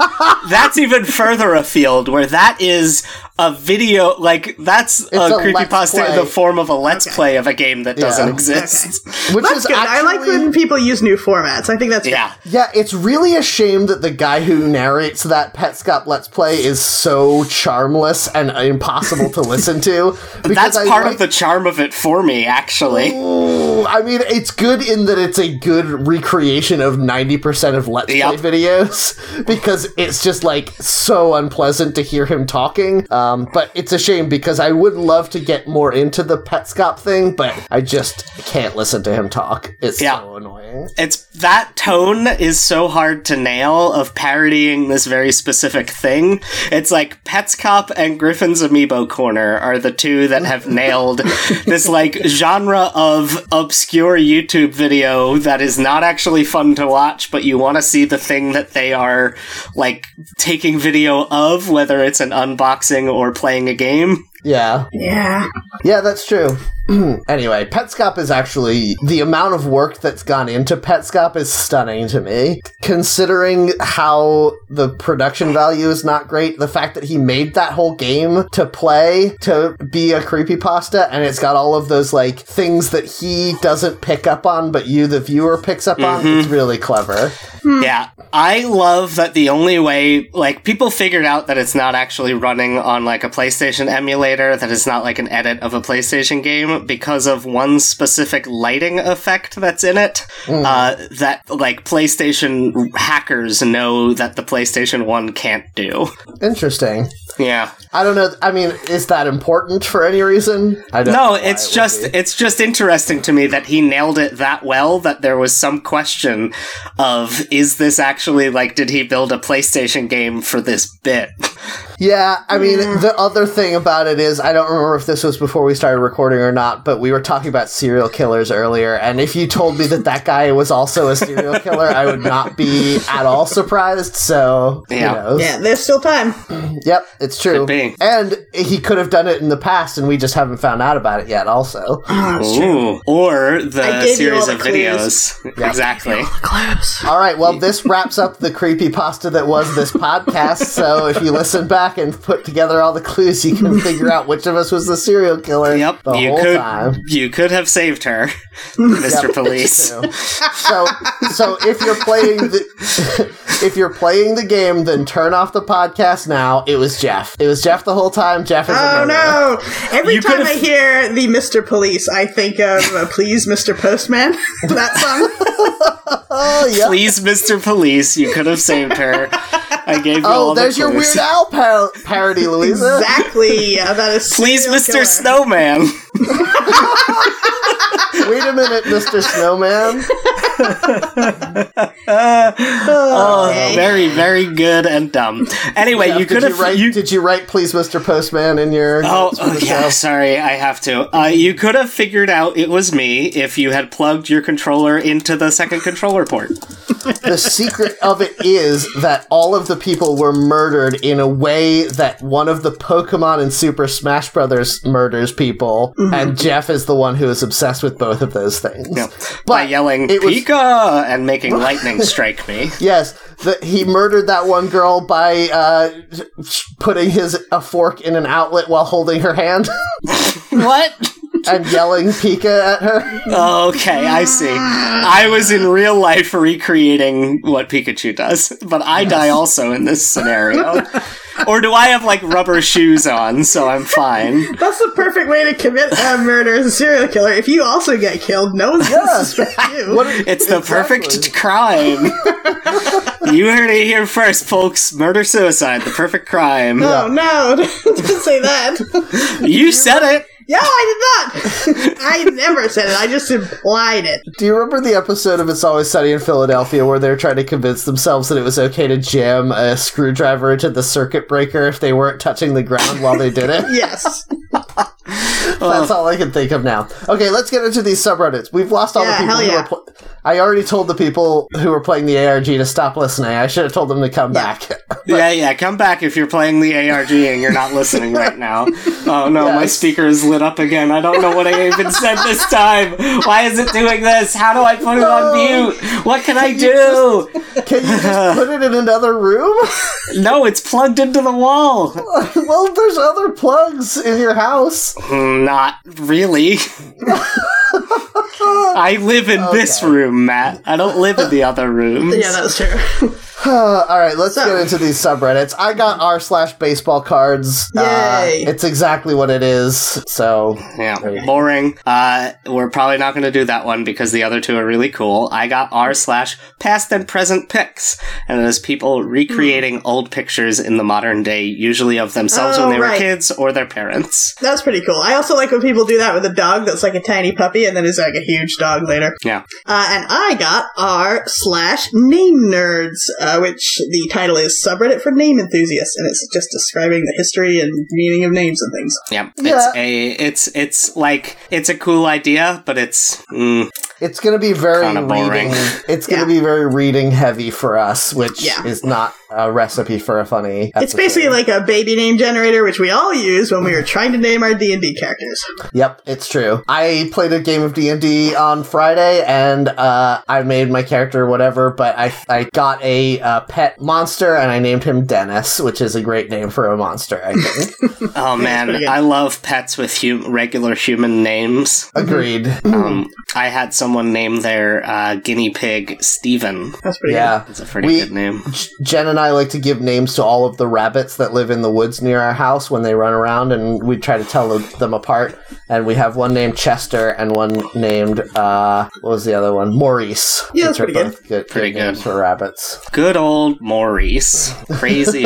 [SPEAKER 2] that's even further afield where that is a video like that's a,
[SPEAKER 1] a
[SPEAKER 2] creepypasta
[SPEAKER 1] let's
[SPEAKER 2] in the
[SPEAKER 1] play.
[SPEAKER 2] form of a let's
[SPEAKER 3] Okay.
[SPEAKER 2] play of a game that doesn't
[SPEAKER 1] Yeah.
[SPEAKER 2] exist.
[SPEAKER 1] Which
[SPEAKER 3] that's
[SPEAKER 1] is
[SPEAKER 3] good. I like
[SPEAKER 1] actually-
[SPEAKER 3] when people use new formats. I think that's
[SPEAKER 2] Yeah.
[SPEAKER 1] Yeah, it's really a shame that the guy who narrates that Pet Scop Let's Play is so charmless and impossible to listen to. because
[SPEAKER 2] That's
[SPEAKER 1] I
[SPEAKER 2] part
[SPEAKER 1] like-
[SPEAKER 2] of the charm of it for me, actually.
[SPEAKER 1] Ooh, I mean, it's good in that it's a good recreation of 90% of Let's
[SPEAKER 2] Yep.
[SPEAKER 1] Play videos because it's just like so unpleasant to hear him talking. Um, but it's a shame because I would love to get more into the Pet Scop thing, but I just can't listen to him talk. It's
[SPEAKER 2] Yeah.
[SPEAKER 1] so annoying.
[SPEAKER 2] It's that tone is so hard to nail of parodying this very specific thing. It's like Pets Cop and Griffin's Amiibo Corner are the two that have nailed this like genre of obscure YouTube video that is not actually fun to watch, but you want to see the thing that they are like taking video of, whether it's an unboxing or playing a game.
[SPEAKER 1] Yeah.
[SPEAKER 3] yeah.
[SPEAKER 1] Yeah, that's true. anyway, Petscop is actually the amount of work that's gone into Petscop is stunning to me. Considering how the production value is not great, the fact that he made that whole game to play to be a creepypasta and it's got all of those like things that he doesn't pick up on but you the viewer picks up on, it's really clever.
[SPEAKER 2] Yeah. I love that the only way, like, people figured out that it's not actually running on, like, a PlayStation emulator, that it's not, like, an edit of a PlayStation game because of one specific lighting effect that's in it.
[SPEAKER 1] Hmm.
[SPEAKER 2] Uh, that, like, PlayStation hackers know that the PlayStation 1 can't do.
[SPEAKER 1] Interesting.
[SPEAKER 2] Yeah.
[SPEAKER 1] I don't know. I mean, is that important for any reason? I don't know
[SPEAKER 2] No,
[SPEAKER 1] why
[SPEAKER 2] it's
[SPEAKER 1] it would
[SPEAKER 2] just
[SPEAKER 1] be.
[SPEAKER 2] it's just interesting to me that he nailed it that well that there was some question of is this actually like did he build a PlayStation game for this bit?
[SPEAKER 1] Yeah, I mean,
[SPEAKER 2] Mm.
[SPEAKER 3] Yeah.
[SPEAKER 1] the other thing about it is, I don't remember if this was before we started recording or not, but we were talking about serial killers earlier, and if you told me that that guy was also a serial killer, I would not be at all surprised. So,
[SPEAKER 2] Yeah.
[SPEAKER 1] you know,
[SPEAKER 3] Yeah, there's still time.
[SPEAKER 1] yep, it's true.
[SPEAKER 2] Could be.
[SPEAKER 1] And he could have done it in the past, and we just haven't found out about it yet. Also,
[SPEAKER 2] Ooh. Or
[SPEAKER 3] I
[SPEAKER 2] the
[SPEAKER 3] gave you all
[SPEAKER 2] series
[SPEAKER 3] the
[SPEAKER 2] of videos. Exactly.
[SPEAKER 3] Close.
[SPEAKER 1] all right, well, this wraps up the creepy pasta that was this podcast. So, if you listen back and put together all the clues, you can figure out which of us was the serial killer.
[SPEAKER 2] Yep.
[SPEAKER 1] the
[SPEAKER 2] you
[SPEAKER 1] whole
[SPEAKER 2] could
[SPEAKER 1] time.
[SPEAKER 2] you could have saved her, Mr. Police.
[SPEAKER 1] too. So, so if you're playing the if you're playing the game, then turn off the podcast now. It was Jeff. It was Jeff the whole time. Jeff is a
[SPEAKER 3] Oh
[SPEAKER 1] murderer.
[SPEAKER 3] no! Every
[SPEAKER 2] You
[SPEAKER 3] time
[SPEAKER 2] could've-
[SPEAKER 3] I hear the Mr. Police, I think of uh, "Please, Mr. Postman." that song.
[SPEAKER 1] Oh yeah.
[SPEAKER 2] Please, Mr. Police, you could have saved her. I gave you all
[SPEAKER 1] Oh,
[SPEAKER 2] the
[SPEAKER 1] there's your
[SPEAKER 2] clues.
[SPEAKER 1] Weird Al par- parody, Louisa.
[SPEAKER 3] exactly about a
[SPEAKER 2] Please,
[SPEAKER 3] serial
[SPEAKER 2] Mr.
[SPEAKER 3] killer.
[SPEAKER 2] Snowman.
[SPEAKER 1] Wait a minute, Mr. Snowman.
[SPEAKER 2] Oh,
[SPEAKER 3] Okay.
[SPEAKER 2] very, very good and dumb. Anyway, you could
[SPEAKER 1] Did you
[SPEAKER 2] have
[SPEAKER 1] write?
[SPEAKER 2] you-
[SPEAKER 1] did you write? Please, Mr. Postman, in your
[SPEAKER 2] Oh,
[SPEAKER 1] notes for
[SPEAKER 2] oh,
[SPEAKER 1] the
[SPEAKER 2] yeah.
[SPEAKER 1] show?
[SPEAKER 2] Sorry, I have to. Uh, you could have figured out it was me if you had plugged your controller into the second controller port.
[SPEAKER 1] the secret of it is that all of the people were murdered in a way that one of the Pokemon and Super Smash Brothers murders people,
[SPEAKER 3] Mm-hmm.
[SPEAKER 1] and Jeff is the one who is obsessed with both of those things.
[SPEAKER 2] Yeah. By
[SPEAKER 1] But
[SPEAKER 2] yelling
[SPEAKER 1] it was-
[SPEAKER 2] "Pika" and making lightning strike me.
[SPEAKER 1] Yes, the, he murdered that one girl by uh, putting his a fork in an outlet while holding her hand
[SPEAKER 2] What?
[SPEAKER 1] and yelling "Pika" at her.
[SPEAKER 2] Okay, I see. I was in real life recreating what Pikachu does, but I die also in this scenario. or do I have like rubber shoes on, so I'm fine?
[SPEAKER 3] That's the perfect way to commit a murder as a serial killer. If you also get killed, no one's gonna suspect you.
[SPEAKER 2] It's the perfect crime. you heard it here first, folks. Murder suicide, the perfect crime.
[SPEAKER 3] Oh no! Don't say that.
[SPEAKER 2] You said it.
[SPEAKER 3] Yeah, I did not. I never said it. I just implied it.
[SPEAKER 1] Do you remember the episode of It's Always Sunny in Philadelphia where they're trying to convince themselves that it was okay to jam a screwdriver into the circuit breaker if they weren't touching the ground while they did it?
[SPEAKER 3] Yes.
[SPEAKER 1] That's all I can think of now. Okay, let's get into these subreddits. We've lost all the
[SPEAKER 3] Yeah,
[SPEAKER 1] people
[SPEAKER 3] hell
[SPEAKER 1] who
[SPEAKER 3] yeah.
[SPEAKER 1] were pl- I already told the people who were playing the ARG to stop listening. I should have told them to come
[SPEAKER 3] Yeah.
[SPEAKER 1] back.
[SPEAKER 2] Yeah, yeah. Come back if you're playing the ARG and you're not listening right now. Oh no, my
[SPEAKER 1] Yes.
[SPEAKER 2] speaker is lit up again. I don't know what I even said this time. Why is it doing this? How do I put it on mute? What can I do?
[SPEAKER 1] can you just put it in another room?
[SPEAKER 2] No, it's plugged into the wall.
[SPEAKER 1] well, there's other plugs in your house.
[SPEAKER 2] Mm, Not really. I live in this room, Matt. I don't live in the other room.
[SPEAKER 3] Yeah, that was true.
[SPEAKER 1] Uh, all right, let's
[SPEAKER 3] So-
[SPEAKER 1] get into these subreddits. I got r slash baseball cards. Uh,
[SPEAKER 3] Yay.
[SPEAKER 1] it's exactly what it is. So
[SPEAKER 2] Yeah, boring. Uh, we're probably not going to do that one because the other two are really cool. I got r slash past and present pics, and it is people recreating old pictures in the modern day, usually of themselves
[SPEAKER 3] Hmm. Oh,
[SPEAKER 2] when they were
[SPEAKER 3] right.
[SPEAKER 2] kids or their parents.
[SPEAKER 3] That's pretty cool. I also like when people do that with a dog that's like a tiny puppy and then is like a huge dog later.
[SPEAKER 2] Yeah,
[SPEAKER 3] Uh, and I got r slash name nerds, uh, which the title is subreddit for name enthusiasts, and it's just describing the history and meaning of names and things.
[SPEAKER 2] yeah.
[SPEAKER 1] Yeah.
[SPEAKER 2] It's a it's it's like it's a cool idea, but it's mm,
[SPEAKER 1] it's going to be very
[SPEAKER 2] Kinda boring.
[SPEAKER 1] reading. It's going
[SPEAKER 3] Yeah.
[SPEAKER 1] to be very reading heavy for us, which
[SPEAKER 3] Yeah.
[SPEAKER 1] is not a recipe for a funny.
[SPEAKER 3] It's basically like a baby name generator, which we all used when we were trying to name our D and D characters.
[SPEAKER 1] Yep, it's true. I played a game of D and D on Friday, and uh, I made my character whatever. But I I got a uh, pet monster, and I named him Dennis, which is a great name for a monster. I think.
[SPEAKER 2] oh
[SPEAKER 3] pretty
[SPEAKER 2] man,
[SPEAKER 3] good.
[SPEAKER 2] I love pets with hum- regular human names.
[SPEAKER 1] Agreed.
[SPEAKER 3] Hmm.
[SPEAKER 2] Um, I had someone name their uh, guinea pig Steven.
[SPEAKER 3] That's pretty
[SPEAKER 1] yeah.
[SPEAKER 2] It's a pretty
[SPEAKER 1] We-
[SPEAKER 2] good name.
[SPEAKER 1] J- Jen and I like to give names to all of the rabbits that live in the woods near our house when they run around, and we try to tell them apart. And we have one named Chester and one named named uh, what was the other one? Maurice.
[SPEAKER 3] Yeah, that's
[SPEAKER 1] Which are
[SPEAKER 3] pretty good.
[SPEAKER 1] both good.
[SPEAKER 2] Pretty
[SPEAKER 1] good names
[SPEAKER 2] good.
[SPEAKER 1] for rabbits.
[SPEAKER 2] Good old Maurice. Crazy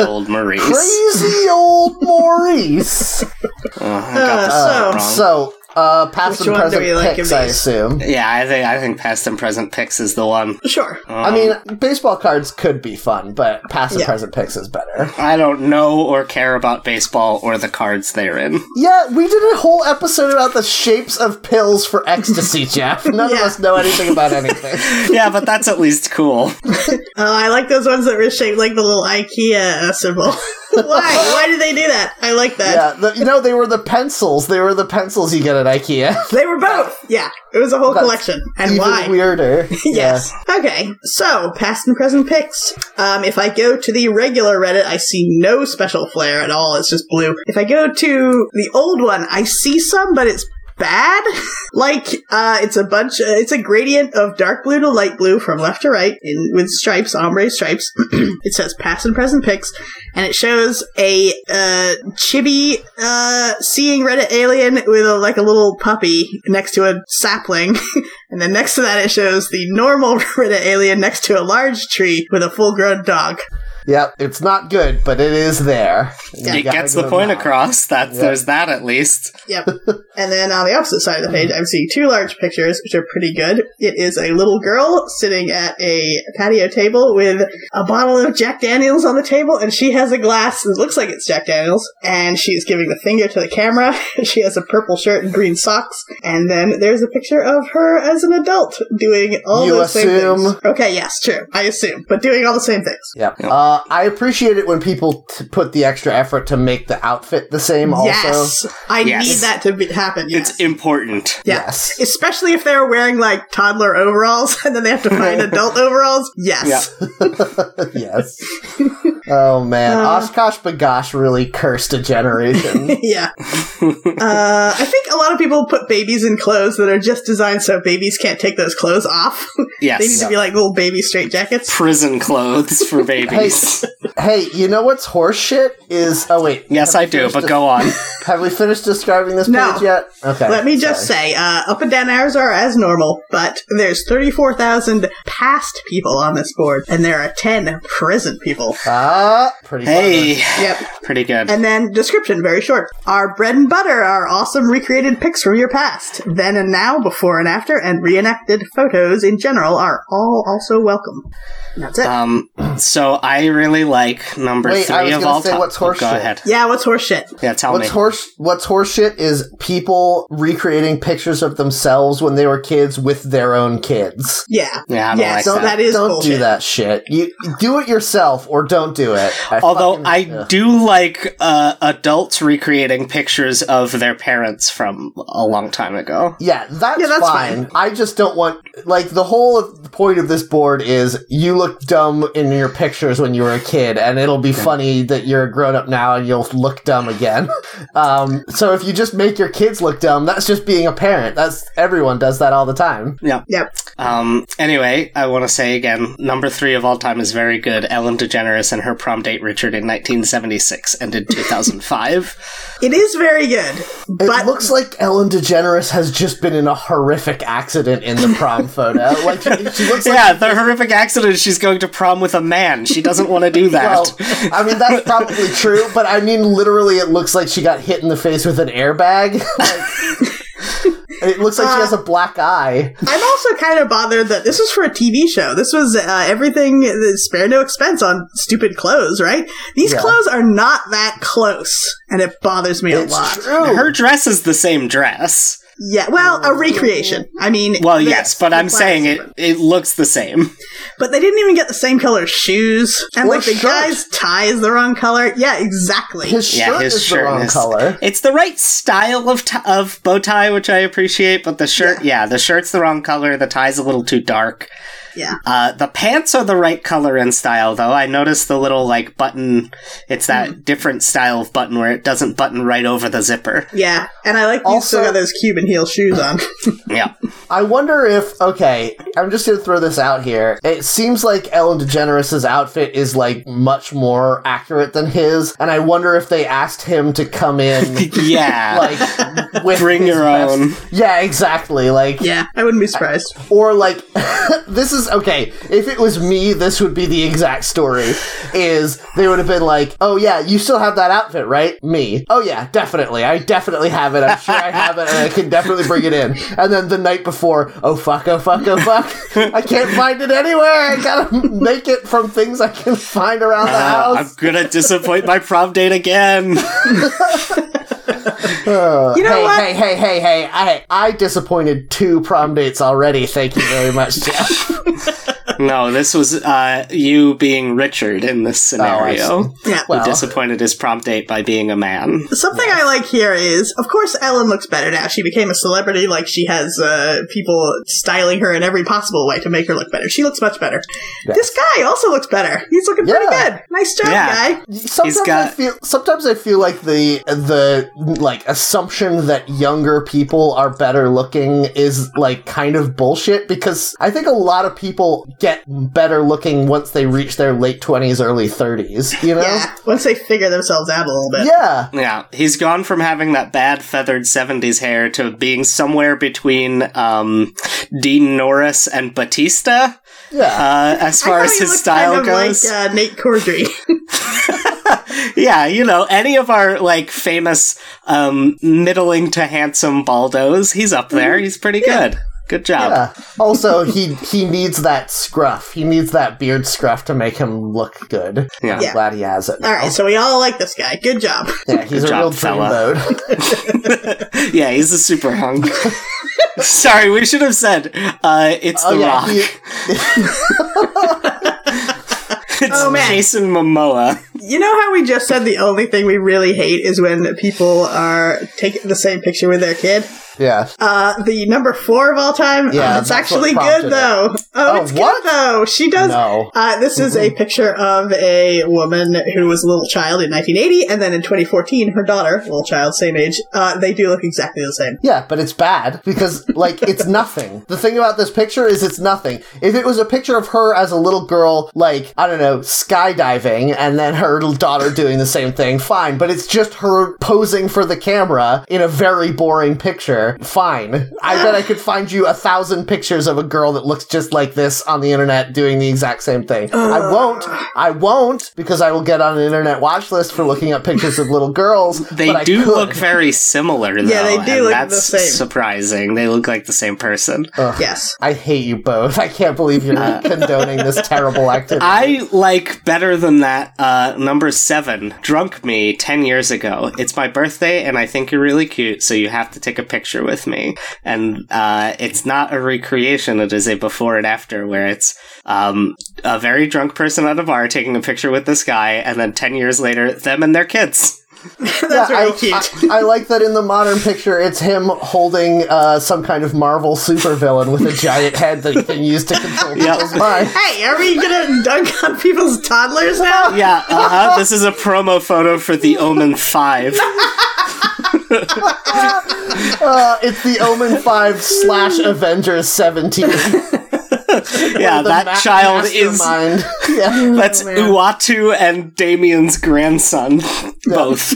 [SPEAKER 2] old Maurice.
[SPEAKER 1] Crazy old Maurice.
[SPEAKER 2] Oh, I got
[SPEAKER 3] Uh,
[SPEAKER 2] this
[SPEAKER 3] so-
[SPEAKER 2] wrong.
[SPEAKER 1] so, uh, past
[SPEAKER 3] Which
[SPEAKER 1] and
[SPEAKER 3] one do we
[SPEAKER 1] present
[SPEAKER 3] like
[SPEAKER 1] picks,
[SPEAKER 3] of
[SPEAKER 1] I
[SPEAKER 3] these?
[SPEAKER 1] assume.
[SPEAKER 2] yeah, I think I think past and present picks is the one.
[SPEAKER 3] Sure. Uh,
[SPEAKER 1] I
[SPEAKER 2] Um,
[SPEAKER 1] mean, baseball cards could be fun, but past and
[SPEAKER 3] Yeah.
[SPEAKER 1] present picks is better.
[SPEAKER 2] I don't know or care about baseball or the cards therein.
[SPEAKER 1] Yeah, we did a whole episode about the shapes of pills for ecstasy, Jeff. None of
[SPEAKER 3] Yeah.
[SPEAKER 1] us know anything about anything.
[SPEAKER 2] yeah, but that's at least cool.
[SPEAKER 3] Oh, I like those ones that were shaped like the little IKEA uh, symbol. Why? Why did they do that? I like that.
[SPEAKER 1] yeah, the, you know, they were the pencils. They were the pencils you get at IKEA.
[SPEAKER 3] They were both. Yeah, it was a whole
[SPEAKER 1] That's
[SPEAKER 3] collection. And
[SPEAKER 1] Even
[SPEAKER 3] why?
[SPEAKER 1] weirder.
[SPEAKER 3] yes. Okay, so past and present picks. Um, if I go to the regular Reddit, I see no special flair at all. It's just blue. If I go to the old one, I see some, but it's bad. like uh, it's a bunch. Uh, it's a gradient of dark blue to light blue from left to right, in, with stripes, ombre stripes. it says past and present picks, and it shows a uh, chibi uh, seeing Reddit alien with a, like a little puppy next to a sapling. And then next to that, it shows the normal Rita alien next to a large tree with a full grown dog.
[SPEAKER 1] Yeah. Yep. It's not good, but it is there. You gotta
[SPEAKER 2] it gets
[SPEAKER 1] give them
[SPEAKER 2] the point
[SPEAKER 1] that.
[SPEAKER 2] across. That's
[SPEAKER 1] Yeah.
[SPEAKER 2] there's that at least.
[SPEAKER 3] Yep. and then on the opposite side of the page, I'm seeing two large pictures, which are pretty good. It is a little girl sitting at a patio table with a bottle of Jack Daniels on the table, and she has a glass that looks like it's Jack Daniels, and she's giving the finger to the camera. she has a purple shirt and green socks, and then there's a picture of her as an adult doing all
[SPEAKER 1] You
[SPEAKER 3] those same
[SPEAKER 1] assume?
[SPEAKER 3] things. Okay, yes, true. I assume, but doing all the same things.
[SPEAKER 1] Yep.
[SPEAKER 2] Yeah.
[SPEAKER 1] Uh, I appreciate it when people t- put the extra effort to make the outfit the same. Also,
[SPEAKER 3] Yes, I
[SPEAKER 2] Yes.
[SPEAKER 3] need that to be, happen. Yes.
[SPEAKER 2] It's important.
[SPEAKER 3] yeah.
[SPEAKER 1] Yes.
[SPEAKER 3] Especially if they're wearing like toddler overalls and then they have to find adult overalls. Yes.
[SPEAKER 1] yes. Oh man,
[SPEAKER 3] Uh.
[SPEAKER 1] Oshkosh Bagosh really cursed a generation.
[SPEAKER 3] Yeah. Uh, I think a lot of people put babies in clothes that are just designed so babies can't take those clothes off. they need
[SPEAKER 2] Yes.
[SPEAKER 3] to be like little baby straight jackets.
[SPEAKER 2] Prison clothes for babies.
[SPEAKER 1] hey, you know what's horseshit is? Oh wait,
[SPEAKER 2] yes, I do, but go on.
[SPEAKER 1] have we finished describing this
[SPEAKER 3] No.
[SPEAKER 1] page yet? Okay.
[SPEAKER 3] Let me just
[SPEAKER 1] sorry.
[SPEAKER 3] say, uh, up and down hours are as normal, but there's 34,000 past people on this board, and there are 10 present people.
[SPEAKER 1] Ah, pretty. clever.
[SPEAKER 2] Hey,
[SPEAKER 3] Yep.
[SPEAKER 2] pretty good.
[SPEAKER 3] And then description, very short. Our bread and butter are awesome recreated pics from your past. Then and now, before and after, and reenacted photos in general are all also welcome. And that's it.
[SPEAKER 2] Um, so I really like number
[SPEAKER 1] Wait,
[SPEAKER 2] three
[SPEAKER 1] I was
[SPEAKER 2] of
[SPEAKER 1] gonna
[SPEAKER 2] all
[SPEAKER 1] say,
[SPEAKER 2] time. Oh,
[SPEAKER 1] what's
[SPEAKER 2] go
[SPEAKER 1] horseshit?
[SPEAKER 2] ahead.
[SPEAKER 3] yeah, what's horse shit?
[SPEAKER 2] Yeah, tell
[SPEAKER 1] What's
[SPEAKER 2] me.
[SPEAKER 1] horse? What's horseshit is people recreating pictures of themselves when they were kids with their own kids.
[SPEAKER 3] Yeah.
[SPEAKER 2] yeah, I don't
[SPEAKER 3] yeah,
[SPEAKER 2] like
[SPEAKER 3] so
[SPEAKER 2] that.
[SPEAKER 3] that is
[SPEAKER 1] don't
[SPEAKER 3] bullshit.
[SPEAKER 1] do that shit. You do it yourself or don't do it. I
[SPEAKER 2] Although
[SPEAKER 1] fucking-
[SPEAKER 2] I
[SPEAKER 1] Ugh.
[SPEAKER 2] do like uh, adults recreating pictures of their parents from a long time ago.
[SPEAKER 1] Yeah, that's,
[SPEAKER 3] Yeah, that's
[SPEAKER 1] fine. I just don't want like the whole of the point of this board is you look dumb in your pictures when you were a kid, and it'll be funny that you're a grown up now and you'll look dumb again. um, so if you just make your kids look dumb, that's just being a parent. That's everyone does that all the time.
[SPEAKER 3] Yep.
[SPEAKER 2] Um, anyway, I want to say again, number three of all time is very good. Ellen DeGeneres and her prom date Richard in 1976 ended 2005.
[SPEAKER 3] It is very good.
[SPEAKER 1] It
[SPEAKER 3] But
[SPEAKER 1] looks like Ellen DeGeneres has just been in a horrific accident in the prom photo. Like she looks like
[SPEAKER 2] yeah, the horrific accident. She's going to prom with a man. She doesn't want to do that.
[SPEAKER 1] Well, I mean that's probably true, but I mean literally, it looks like she got hit in the face with an airbag. Like, it looks like she has a black eye.
[SPEAKER 3] I'm also kind of bothered that this was for a TV show. This was uh, everything, the spare no expense on stupid clothes, right? These
[SPEAKER 1] Yeah.
[SPEAKER 3] clothes are not that close, and it bothers me a lot.
[SPEAKER 2] Her dress is the same dress.
[SPEAKER 3] Yeah, well, a recreation. I mean,
[SPEAKER 2] Well,
[SPEAKER 3] the-
[SPEAKER 2] yes, but
[SPEAKER 3] the
[SPEAKER 2] I'm
[SPEAKER 3] class
[SPEAKER 2] saying
[SPEAKER 3] is
[SPEAKER 2] it, it looks the same.
[SPEAKER 3] But they didn't even get the same color shoes. And
[SPEAKER 1] Or
[SPEAKER 3] like the
[SPEAKER 1] shirt.
[SPEAKER 3] guy's tie is the wrong color. Yeah, exactly.
[SPEAKER 1] His shirt
[SPEAKER 2] Yeah, his
[SPEAKER 1] is
[SPEAKER 2] shirt
[SPEAKER 1] the wrong
[SPEAKER 2] is-
[SPEAKER 1] color.
[SPEAKER 2] It's the right style of t- of bow tie, which I appreciate, but the shirt, yeah. the shirt's the wrong color. The tie's a little too dark.
[SPEAKER 3] Yeah.
[SPEAKER 2] Uh, the pants are the right color and style, though. I noticed the little like button. It's that different style of button where it doesn't button right over the zipper.
[SPEAKER 3] Yeah. And I like you still
[SPEAKER 1] Also-
[SPEAKER 3] got those Cuban heel shoes on.
[SPEAKER 2] Yeah,
[SPEAKER 1] I wonder if okay, I'm just gonna throw this out here. It seems like Ellen DeGeneres' outfit is like much more accurate than his, and I wonder if they asked him to come in
[SPEAKER 2] yeah.
[SPEAKER 1] like with
[SPEAKER 2] Bring
[SPEAKER 1] his
[SPEAKER 2] your
[SPEAKER 1] best-
[SPEAKER 2] own.
[SPEAKER 1] Yeah, exactly. Like
[SPEAKER 3] yeah. I wouldn't be surprised.
[SPEAKER 1] or like this is okay if it was me this would be the exact story is they would have been like oh yeah you still have that outfit right me oh yeah definitely i definitely have it i'm sure i have it and i can definitely bring it in and then the night before oh fuck oh fuck oh fuck i can't find it anywhere i gotta make it from things i can find around the
[SPEAKER 2] Uh, I'm
[SPEAKER 1] house
[SPEAKER 2] gonna disappoint my prom date again.
[SPEAKER 1] Uh,
[SPEAKER 3] You know
[SPEAKER 1] hey,
[SPEAKER 3] what?
[SPEAKER 1] hey hey hey hey i i disappointed two prom dates already thank you very much jeff
[SPEAKER 2] No, this was uh, you being Richard in this
[SPEAKER 1] I Oh.
[SPEAKER 2] scenario.
[SPEAKER 3] Yeah.
[SPEAKER 1] Well-
[SPEAKER 2] Who disappointed his prom date by being a man.
[SPEAKER 3] Something I like here is, of course, Ellen looks better now. She became a celebrity. Like, she has uh, people styling her in every possible way to make her look better. She looks much better.
[SPEAKER 1] Yes.
[SPEAKER 3] This guy also looks better. He's looking
[SPEAKER 1] Yeah.
[SPEAKER 3] pretty good. Nice job,
[SPEAKER 2] Yeah.
[SPEAKER 3] guy.
[SPEAKER 1] Sometimes
[SPEAKER 2] He's got-
[SPEAKER 1] I feel sometimes I feel like the the like assumption that younger people are better looking is like kind of bullshit because I think a lot of people get better looking once they reach their late twenties, early thirties. You know,
[SPEAKER 3] Yeah. Once they figure themselves out a little bit.
[SPEAKER 1] yeah,
[SPEAKER 2] Yeah, he's gone from having that bad feathered 70s hair to being somewhere between um, Dean Norris and Batista,
[SPEAKER 1] yeah.
[SPEAKER 2] uh, as
[SPEAKER 3] I
[SPEAKER 2] far
[SPEAKER 3] thought
[SPEAKER 2] as
[SPEAKER 3] he
[SPEAKER 2] his
[SPEAKER 3] looked
[SPEAKER 2] style
[SPEAKER 3] kind of
[SPEAKER 2] goes.
[SPEAKER 3] Like uh, Nate Cordry.
[SPEAKER 2] yeah, you know, any of our, like, famous um, middling to handsome baldos, he's up there.
[SPEAKER 3] Mm-hmm.
[SPEAKER 2] He's pretty good. Good job.
[SPEAKER 1] yeah. Also, he he needs that scruff. He needs that beard scruff to make him look good.
[SPEAKER 2] Yeah.
[SPEAKER 1] I'm glad he has it.
[SPEAKER 3] All right, so we all like this guy. Good job.
[SPEAKER 1] Yeah, he's a
[SPEAKER 2] Good job,
[SPEAKER 1] real
[SPEAKER 2] fella.
[SPEAKER 1] dreamboat.
[SPEAKER 2] yeah, he's a super hunk. Sorry, we should have said uh, it's
[SPEAKER 1] Oh
[SPEAKER 2] The
[SPEAKER 1] yeah,
[SPEAKER 2] Rock.
[SPEAKER 1] he-
[SPEAKER 2] it's
[SPEAKER 3] Oh, man.
[SPEAKER 2] Jason Momoa.
[SPEAKER 3] You know how we just said the only thing we really hate is when people are taking the same picture with their kid?
[SPEAKER 1] yeah.
[SPEAKER 3] Uh, the number four of all time.
[SPEAKER 1] Yeah,
[SPEAKER 3] uh, it's
[SPEAKER 1] that's what
[SPEAKER 3] actually
[SPEAKER 1] prompted
[SPEAKER 3] good
[SPEAKER 1] it.
[SPEAKER 3] though. Oh,
[SPEAKER 1] Oh,
[SPEAKER 3] it's
[SPEAKER 1] what?
[SPEAKER 3] good though. She does.
[SPEAKER 1] No.
[SPEAKER 3] Uh, this is a picture of a woman who was a little child in 1980, and then in 2014, her daughter, little child, same age. Uh, they do look exactly the same.
[SPEAKER 1] Yeah, but it's bad because, like, it's nothing. The thing about this picture is it's nothing. If it was a picture of her as a little girl, like, I don't know, skydiving, and then her little daughter doing the same thing, fine. But it's just her posing for the camera in a very boring picture, fine. I bet I could find you a thousand pictures of a girl that looks just like this on the internet doing the exact same thing. I won't. I won't because I will get on an internet watch list for looking up pictures of little girls.
[SPEAKER 2] They
[SPEAKER 1] but I
[SPEAKER 2] do
[SPEAKER 1] could.
[SPEAKER 2] look very similar, though.
[SPEAKER 3] Yeah, they do
[SPEAKER 2] and
[SPEAKER 3] look
[SPEAKER 2] that's
[SPEAKER 3] the same.
[SPEAKER 2] surprising. They look like the same person.
[SPEAKER 3] Yes.
[SPEAKER 1] I hate you both. I can't believe you're condoning this terrible activity.
[SPEAKER 2] I like better than that uh, number seven, Drunk Me, 10 years ago. It's my birthday, and I think you're really cute, so you have to take a picture with me. And uh, it's not a recreation, it is a before and after where it's um, a very drunk person at a bar taking a picture with this guy, and then 10 years later, them and their kids.
[SPEAKER 3] That's
[SPEAKER 1] Yeah,
[SPEAKER 3] really
[SPEAKER 1] I,
[SPEAKER 3] cute.
[SPEAKER 1] I, I like that in the modern picture, it's him holding uh, some kind of Marvel supervillain with a giant head that he can use to control
[SPEAKER 2] Yeah.
[SPEAKER 1] people's minds.
[SPEAKER 3] Hey, are we gonna dunk on people's toddlers now?
[SPEAKER 2] Yeah, uh-huh. this is a promo photo for The Omen 5.
[SPEAKER 1] Uh, it's the Omen 5 slash Avengers 17.
[SPEAKER 2] Yeah,
[SPEAKER 1] The
[SPEAKER 2] that
[SPEAKER 1] ma-
[SPEAKER 2] child is
[SPEAKER 1] mastermind. Yeah.
[SPEAKER 2] That's Uatu and Damien's grandson, both.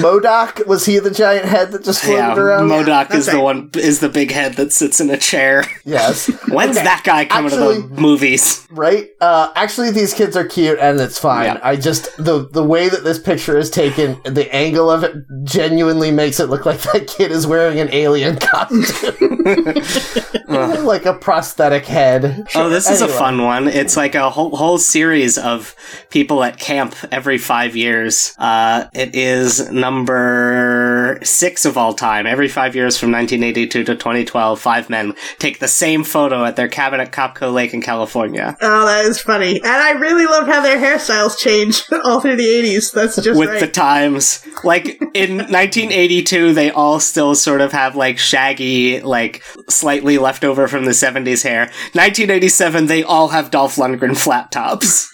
[SPEAKER 1] Modoc, was he the giant head that just floated
[SPEAKER 2] Yeah,
[SPEAKER 1] around?
[SPEAKER 2] Modoc is the
[SPEAKER 3] right.
[SPEAKER 2] one is the big head that sits in a chair.
[SPEAKER 1] yes.
[SPEAKER 2] When's that guy coming to the
[SPEAKER 1] actually-
[SPEAKER 2] movies?
[SPEAKER 1] right? Uh, actually, these kids are cute, and it's fine.
[SPEAKER 2] Yeah.
[SPEAKER 1] I just the the way that this picture is taken, the angle of it genuinely makes it look like that kid is wearing an alien costume, like a prosthetic head.
[SPEAKER 2] Oh, this is a
[SPEAKER 1] Anyway.
[SPEAKER 2] fun one. It's like a whole, whole series of people at camp every five years. Uh, it is is number six of all time. Every five years from 1982 to 2012, five men take the same photo at their cabin at Copco Lake in California.
[SPEAKER 3] Oh, that is funny. And I really love how their hairstyles change all through the 80s. That's just
[SPEAKER 2] with
[SPEAKER 3] right.
[SPEAKER 2] the times. Like in 1982, they all still sort of have like shaggy, like slightly left over from the 70s hair. 1987, they all have Dolph Lundgren flat tops.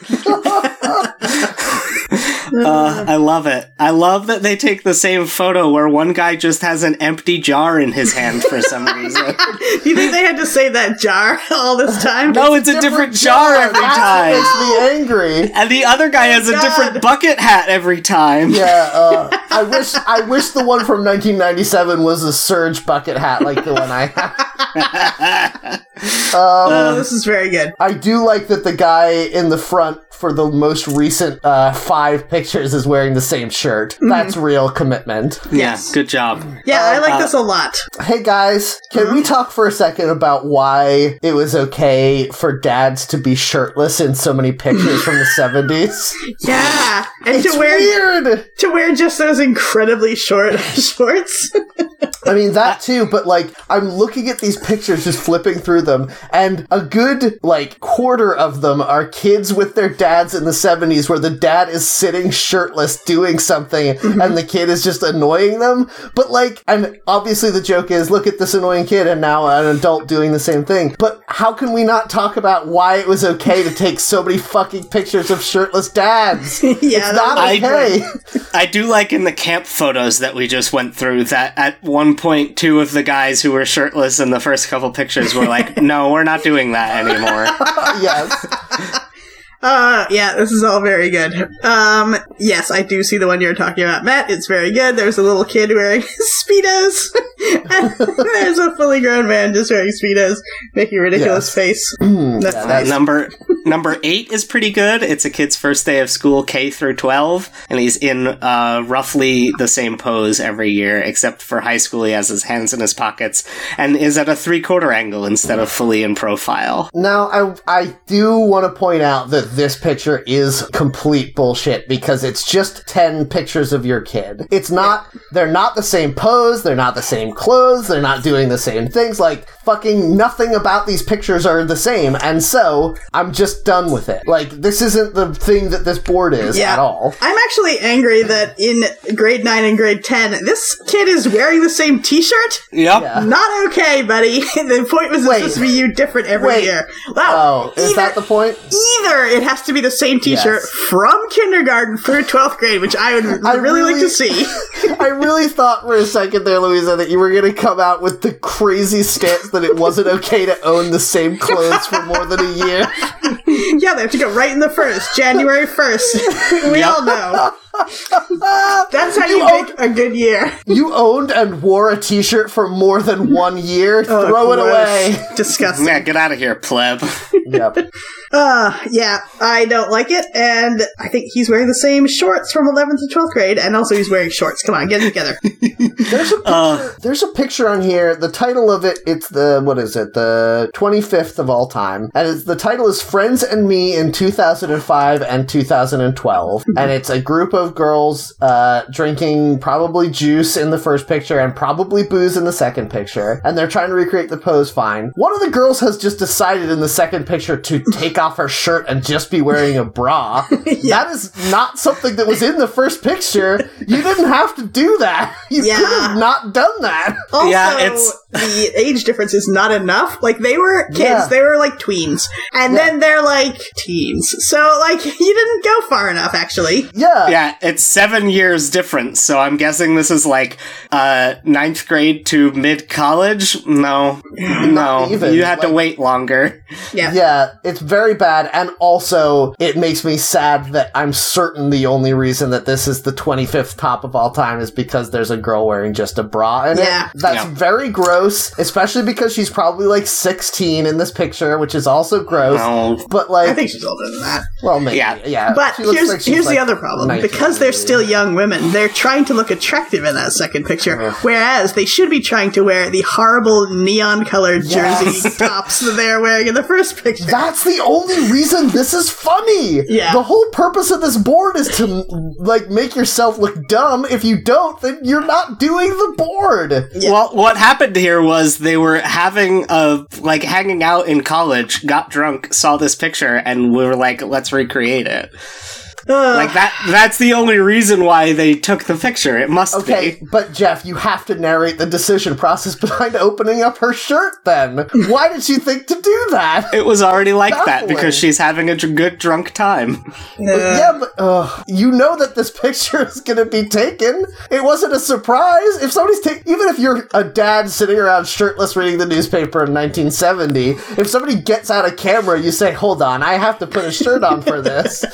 [SPEAKER 2] Uh, I love it. I love that they take the same photo where one guy just has an empty jar in his hand for some reason.
[SPEAKER 3] you think they had to say that jar all this time?
[SPEAKER 2] no, it's a different jar every time.
[SPEAKER 1] That makes me angry.
[SPEAKER 2] And the other guy has a
[SPEAKER 3] God.
[SPEAKER 2] different bucket hat every time.
[SPEAKER 1] Yeah, uh, I wish I wish the one from 1997 was a surge bucket hat like the one I have. Um,
[SPEAKER 3] Oh, this is very good.
[SPEAKER 1] I do like that the guy in the front for the most recent uh, five pictures is wearing the same shirt. That's real commitment.
[SPEAKER 2] Yeah, good job.
[SPEAKER 3] Yeah, I like
[SPEAKER 2] uh,
[SPEAKER 3] this a lot.
[SPEAKER 1] Hey guys, can we talk for a second about why it was okay for dads to be shirtless in so many pictures from the 70s?
[SPEAKER 3] Yeah, and
[SPEAKER 1] It's
[SPEAKER 3] to wear
[SPEAKER 1] weird!
[SPEAKER 3] to wear just those incredibly short shorts.
[SPEAKER 1] I mean, that too, but like, I'm looking at these pictures, just flipping through them, and a good, like, quarter of them are kids with their dads in the 70s where the dad is sitting shirtless doing something and the kid is just annoying them. But like, and obviously the joke is, look at this annoying kid and now an adult doing the same thing. But how can we not talk about why it was okay to take so many fucking pictures of shirtless dads?
[SPEAKER 3] yeah,
[SPEAKER 1] Not
[SPEAKER 2] I
[SPEAKER 1] okay.
[SPEAKER 2] I do like in the camp photos that we just went through that at one point two of the guys who were shirtless in the first couple pictures were like, "No, we're not doing that anymore."
[SPEAKER 1] yes.
[SPEAKER 3] Uh, yeah, this is all very good. Um, yes, I do see the one you're talking about, Matt. It's very good. There's a little kid wearing speedos, and there's a fully grown man just wearing speedos, making a ridiculous
[SPEAKER 1] Yes. Mm.
[SPEAKER 3] face. That's
[SPEAKER 1] that's-
[SPEAKER 3] nice.
[SPEAKER 2] number number 8 is pretty good. It's a kid's first day of school K through 12 and he's in uh, roughly the same pose every year except for high school he has his hands in his pockets and is at a three-quarter angle instead of fully in profile.
[SPEAKER 1] Now, I I do want to point out that this picture is complete bullshit because it's just ten pictures of your kid. It's not. They're not the same pose. They're not the same clothes. They're not doing the same things. Like fucking nothing about these pictures are the same. And so I'm just done with it. Like this isn't the thing that this board is
[SPEAKER 3] Yeah.
[SPEAKER 1] at all.
[SPEAKER 3] I'm actually angry that in grade nine and grade ten, this kid is wearing the same T-shirt.
[SPEAKER 2] Yep.
[SPEAKER 1] Yeah.
[SPEAKER 3] Not okay, buddy. the point was it's supposed to be you different every
[SPEAKER 1] Wait.
[SPEAKER 3] year. Wow.
[SPEAKER 1] Oh, is that the point?
[SPEAKER 3] either it has to be the same T-shirt
[SPEAKER 1] Yes.
[SPEAKER 3] from kindergarten through twelfth grade, which I would
[SPEAKER 1] I
[SPEAKER 3] really, like
[SPEAKER 1] really-
[SPEAKER 3] to see.
[SPEAKER 1] I really thought for a second there, Louisa, that you were going to come out with the crazy stance that it wasn't okay to own the same clothes for more than a year.
[SPEAKER 3] yeah, they have to go right in the first January first. we all know. That's how you, make a good year.
[SPEAKER 1] You owned and wore a T-shirt for more than one year. Throw it
[SPEAKER 3] Gross.
[SPEAKER 1] away.
[SPEAKER 3] Disgusting.
[SPEAKER 2] Yeah, get out of here, pleb.
[SPEAKER 1] Yep.
[SPEAKER 3] Uh, yeah, I don't like it, and I think he's wearing the same shorts from 11th to 12th grade, and also he's wearing shorts. Come on, get it together.
[SPEAKER 1] There's a picture, there's a picture on here. The title of it it's the what is it? The 25th of all time, and it's, the title is "Friends and Me in 2005 and 2012." and it's a group of girls uh, drinking probably juice in the first picture and probably booze in the second picture, and they're trying to recreate the pose. Fine. One of the girls has just decided in the second picture to take off her shirt and just be wearing a bra. That is not something that was in the first picture. You didn't have to do that. You
[SPEAKER 3] Yeah.
[SPEAKER 1] could have not done that.
[SPEAKER 3] Also,
[SPEAKER 2] Yeah, it's-
[SPEAKER 3] the age difference is not enough. Like, they were kids,
[SPEAKER 1] Yeah.
[SPEAKER 3] they were like tweens, and then they're like teens. So, like, you didn't go far enough, actually.
[SPEAKER 1] Yeah.
[SPEAKER 2] yeah, it's seven years difference, so I'm guessing this is like uh ninth grade to mid college. No, no,
[SPEAKER 1] even,
[SPEAKER 2] you had to
[SPEAKER 1] like-
[SPEAKER 2] wait longer.
[SPEAKER 3] Yeah.
[SPEAKER 1] Yeah, it's very bad, and also it makes me sad that I'm certain the only reason that this is the 25th top of all time is because there's a girl wearing just a bra in
[SPEAKER 3] Yeah.
[SPEAKER 1] it. That's
[SPEAKER 2] Yeah.
[SPEAKER 1] very gross. gross, especially because she's probably like 16 in this picture, which is also gross.
[SPEAKER 2] Well,
[SPEAKER 1] But
[SPEAKER 3] I
[SPEAKER 1] like,
[SPEAKER 3] think she's older than that.
[SPEAKER 1] well, maybe,
[SPEAKER 2] Yeah.
[SPEAKER 1] yeah.
[SPEAKER 3] But
[SPEAKER 1] She looks
[SPEAKER 3] here's
[SPEAKER 1] like she's,
[SPEAKER 3] here's
[SPEAKER 1] like,
[SPEAKER 3] the other problem.
[SPEAKER 1] 19
[SPEAKER 3] Because they're
[SPEAKER 1] maybe.
[SPEAKER 3] still young women, they're trying to look attractive in that second picture, whereas they should be trying to wear the horrible neon colored
[SPEAKER 1] Yes.
[SPEAKER 3] jersey tops that they're wearing in the first picture.
[SPEAKER 1] That's the only reason this is funny.
[SPEAKER 3] Yeah.
[SPEAKER 1] The whole purpose of this board is to like make yourself look dumb. If you don't, then you're not doing the board.
[SPEAKER 2] well, what happened here was they were having a like hanging out in college, got drunk, saw this picture, and we were like, let's recreate it.
[SPEAKER 3] Ugh.
[SPEAKER 2] Like that. That's the only reason why they took the picture. It must
[SPEAKER 1] Okay,
[SPEAKER 2] be.
[SPEAKER 1] but Jeff, you have to narrate the decision process behind opening up her shirt then. Why did she think to do that?
[SPEAKER 2] It was already like that
[SPEAKER 1] Baffling.
[SPEAKER 2] because she's having a dr- good drunk time.
[SPEAKER 3] Ugh.
[SPEAKER 1] Yeah, but ugh, you know that this picture is going to be taken. It wasn't a surprise. If somebody's ta- even if you're a dad sitting around shirtless reading the newspaper in 1970, if somebody gets out a camera, you say, "Hold on, I have to put a shirt on for this."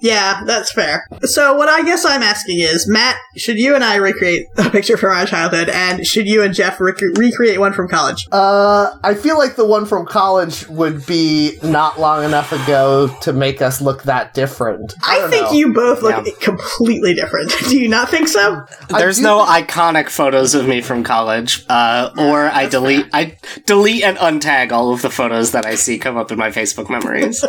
[SPEAKER 3] Yeah, that's fair. So what I guess I'm asking is, Matt, should you and I recreate a picture from our childhood, and should you and Jeff rec- recreate one from college?
[SPEAKER 1] Uh, I feel like the one from college would be not long enough ago to make us look that different. I,
[SPEAKER 3] I,
[SPEAKER 1] don't
[SPEAKER 3] think
[SPEAKER 1] know.
[SPEAKER 3] you both look
[SPEAKER 2] Yeah.
[SPEAKER 3] completely different. Do you not think so?
[SPEAKER 1] I
[SPEAKER 2] There's
[SPEAKER 1] do-
[SPEAKER 2] no iconic photos of me from college, uh, or I delete I delete and untag all of the photos that I see come up in my Facebook memories.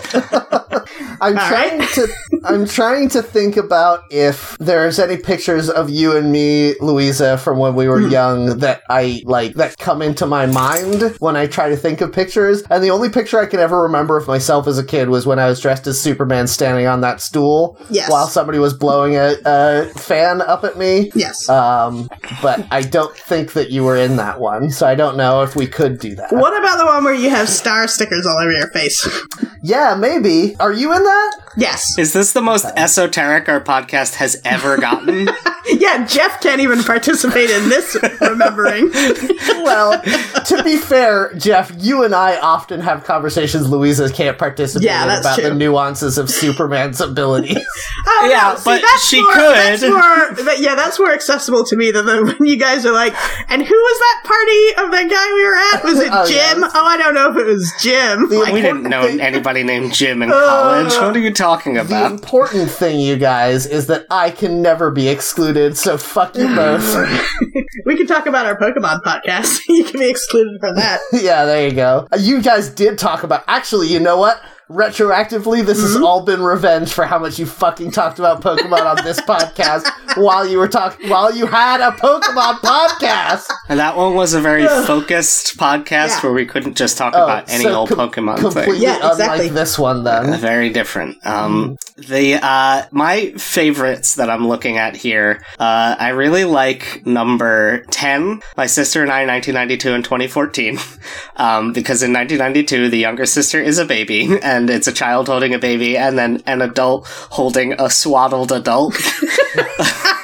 [SPEAKER 1] I'm
[SPEAKER 3] All
[SPEAKER 1] trying
[SPEAKER 3] right.
[SPEAKER 1] to I'm trying to think about if there's any pictures of you and me, Louisa, from when we were
[SPEAKER 3] Hmm.
[SPEAKER 1] young that I like that come into my mind when I try to think of pictures. And the only picture I can ever remember of myself as a kid was when I was dressed as Superman standing on that stool
[SPEAKER 3] Yes.
[SPEAKER 1] while somebody was blowing a, a fan up at me.
[SPEAKER 3] Yes.
[SPEAKER 1] Um, but I don't think that you were in that one, so I don't know if we could do that.
[SPEAKER 3] what about the one where you have star stickers all over your face?
[SPEAKER 1] Yeah, maybe. Are you in that?
[SPEAKER 3] yes.
[SPEAKER 2] Is this the most esoteric our podcast has ever gotten?
[SPEAKER 3] Yeah, Jeff can't even participate in this remembering.
[SPEAKER 1] well, to be fair, Jeff, you and I often have conversations Louisa can't participate
[SPEAKER 3] Yeah,
[SPEAKER 1] in
[SPEAKER 3] that's
[SPEAKER 1] about the
[SPEAKER 3] true.
[SPEAKER 1] nuances of Superman's abilities.
[SPEAKER 3] Oh,
[SPEAKER 2] Yeah,
[SPEAKER 3] no, see,
[SPEAKER 2] but
[SPEAKER 3] that's
[SPEAKER 2] she
[SPEAKER 3] more-
[SPEAKER 2] could.
[SPEAKER 3] That's more, that, yeah, that's more accessible to me than the, when you guys are like, and who was that party of that guy we were at? Was it
[SPEAKER 1] Oh, yeah,
[SPEAKER 3] Jim? Oh, I don't know if it was Jim. Like,
[SPEAKER 2] We didn't know anybody named Jim in college. What are you talking
[SPEAKER 1] the
[SPEAKER 2] about?
[SPEAKER 1] important thing, you guys, is that I can never be excluded, so fuck you both.
[SPEAKER 3] we could talk about our Pokemon podcast. you can be excluded from that.
[SPEAKER 1] yeah, there you go. Uh, You guys did talk about. Actually, you know what? Retroactively, this has all been revenge for how much you fucking talked about Pokemon on this podcast while you were talking while you had a Pokemon podcast.
[SPEAKER 2] And that one was a very focused podcast
[SPEAKER 3] Yeah.
[SPEAKER 2] where we couldn't just talk about any
[SPEAKER 1] Oh, so
[SPEAKER 2] old
[SPEAKER 1] com-
[SPEAKER 2] Pokemon
[SPEAKER 1] completely
[SPEAKER 2] thing.
[SPEAKER 3] Yeah, exactly.
[SPEAKER 1] unlike this one
[SPEAKER 2] Uh,
[SPEAKER 1] then.
[SPEAKER 2] very different. Um, the uh, my favorites that I'm looking at here, uh, I really like number ten. My sister and I, 1992 and 2014, um, because in 1992 the younger sister is a baby, and it's a child holding a baby, and then an adult holding a swaddled adult.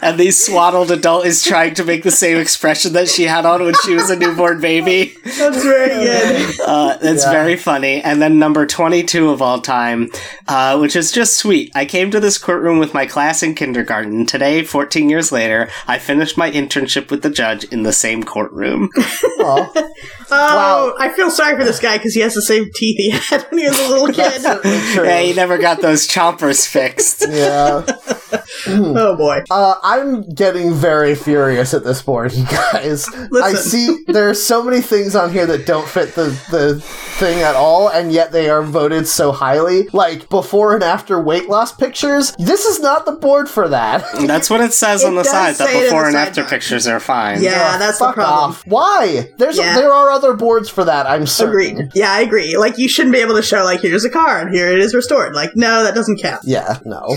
[SPEAKER 2] And the swaddled adult is trying to make the same expression that she had on when she was a newborn baby.
[SPEAKER 3] That's very good.
[SPEAKER 2] Uh, it's
[SPEAKER 1] Yeah.
[SPEAKER 2] very funny. And then number 22 of all time, uh, which is just sweet. I came to this courtroom with my class in kindergarten. Today, 14 years later, I finished my internship with the judge in the same courtroom.
[SPEAKER 1] Well,
[SPEAKER 3] Oh, I feel sorry for this guy because he has the same teeth he had when he was a little
[SPEAKER 1] that's
[SPEAKER 3] kid.
[SPEAKER 1] certainly true.
[SPEAKER 2] yeah, he never got those chompers fixed.
[SPEAKER 1] Yeah.
[SPEAKER 3] oh boy.
[SPEAKER 1] Uh, I'm getting very furious at this board, you guys. I
[SPEAKER 3] Listen.
[SPEAKER 1] see there are so many things on here that don't fit the, the thing at all, and yet they are voted so highly. Like, before and after weight loss pictures, this is not the board for that.
[SPEAKER 2] That's what it says on
[SPEAKER 3] It
[SPEAKER 2] the
[SPEAKER 3] does
[SPEAKER 2] side, that
[SPEAKER 3] say it in
[SPEAKER 2] before
[SPEAKER 3] the
[SPEAKER 2] and
[SPEAKER 3] sidebar.
[SPEAKER 2] after pictures are fine.
[SPEAKER 3] Yeah,
[SPEAKER 1] Ugh,
[SPEAKER 3] that's the
[SPEAKER 1] fuck
[SPEAKER 3] problem.
[SPEAKER 1] off. Why? There's
[SPEAKER 3] Yeah.
[SPEAKER 1] there are other boards for that, I'm certain.
[SPEAKER 3] Agreed. Yeah, I agree. Like, you shouldn't be able to show, like, here's a car and here it is restored. Like, no, that doesn't count.
[SPEAKER 1] Yeah, no.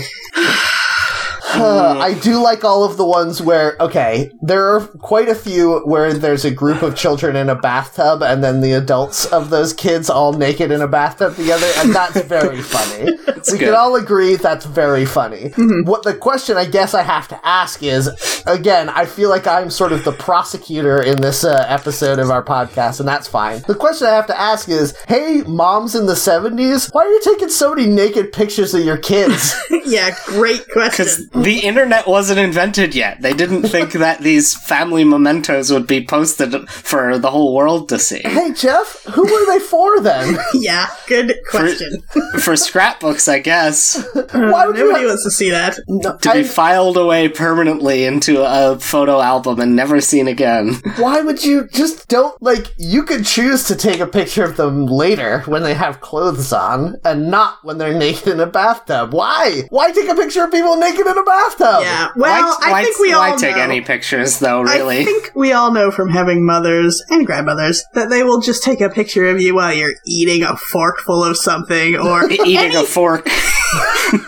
[SPEAKER 1] Uh, I do like all of the ones where, okay, there are quite a few where there's a group of children in a bathtub and then the adults of those kids all naked in a bathtub together, and that's very funny. we
[SPEAKER 2] good.
[SPEAKER 1] can all agree that's very funny. What the question I guess I have to ask is again, I feel like I'm sort of the prosecutor in this uh, episode of our podcast, and that's fine. The question I have to ask is hey, moms in the 70s, why are you taking so many naked pictures of your kids?
[SPEAKER 3] yeah, great question.
[SPEAKER 2] Because the internet wasn't invented yet. They didn't think that these family mementos would be posted for the whole world to see.
[SPEAKER 1] Hey, Jeff, who were they for then?
[SPEAKER 3] yeah, good question.
[SPEAKER 2] For scrapbooks, I guess,
[SPEAKER 1] Why would you
[SPEAKER 3] Nobody
[SPEAKER 1] have-
[SPEAKER 3] wants to see that.
[SPEAKER 1] No,
[SPEAKER 2] to
[SPEAKER 1] I-
[SPEAKER 2] be filed away permanently into a photo album and never seen again.
[SPEAKER 1] why would you just don't like you could choose to take a picture of them later when they have clothes on and not when they're naked in a bathtub why why take a picture of people naked in a bathtub
[SPEAKER 3] Yeah. Well,
[SPEAKER 2] why,
[SPEAKER 3] I think we
[SPEAKER 2] why
[SPEAKER 3] all
[SPEAKER 2] take
[SPEAKER 3] know.
[SPEAKER 2] any pictures though? Really,
[SPEAKER 3] I think we all know from having mothers and grandmothers that they will just take a picture of you while you're eating a fork full of something or
[SPEAKER 2] E-, eating a fork.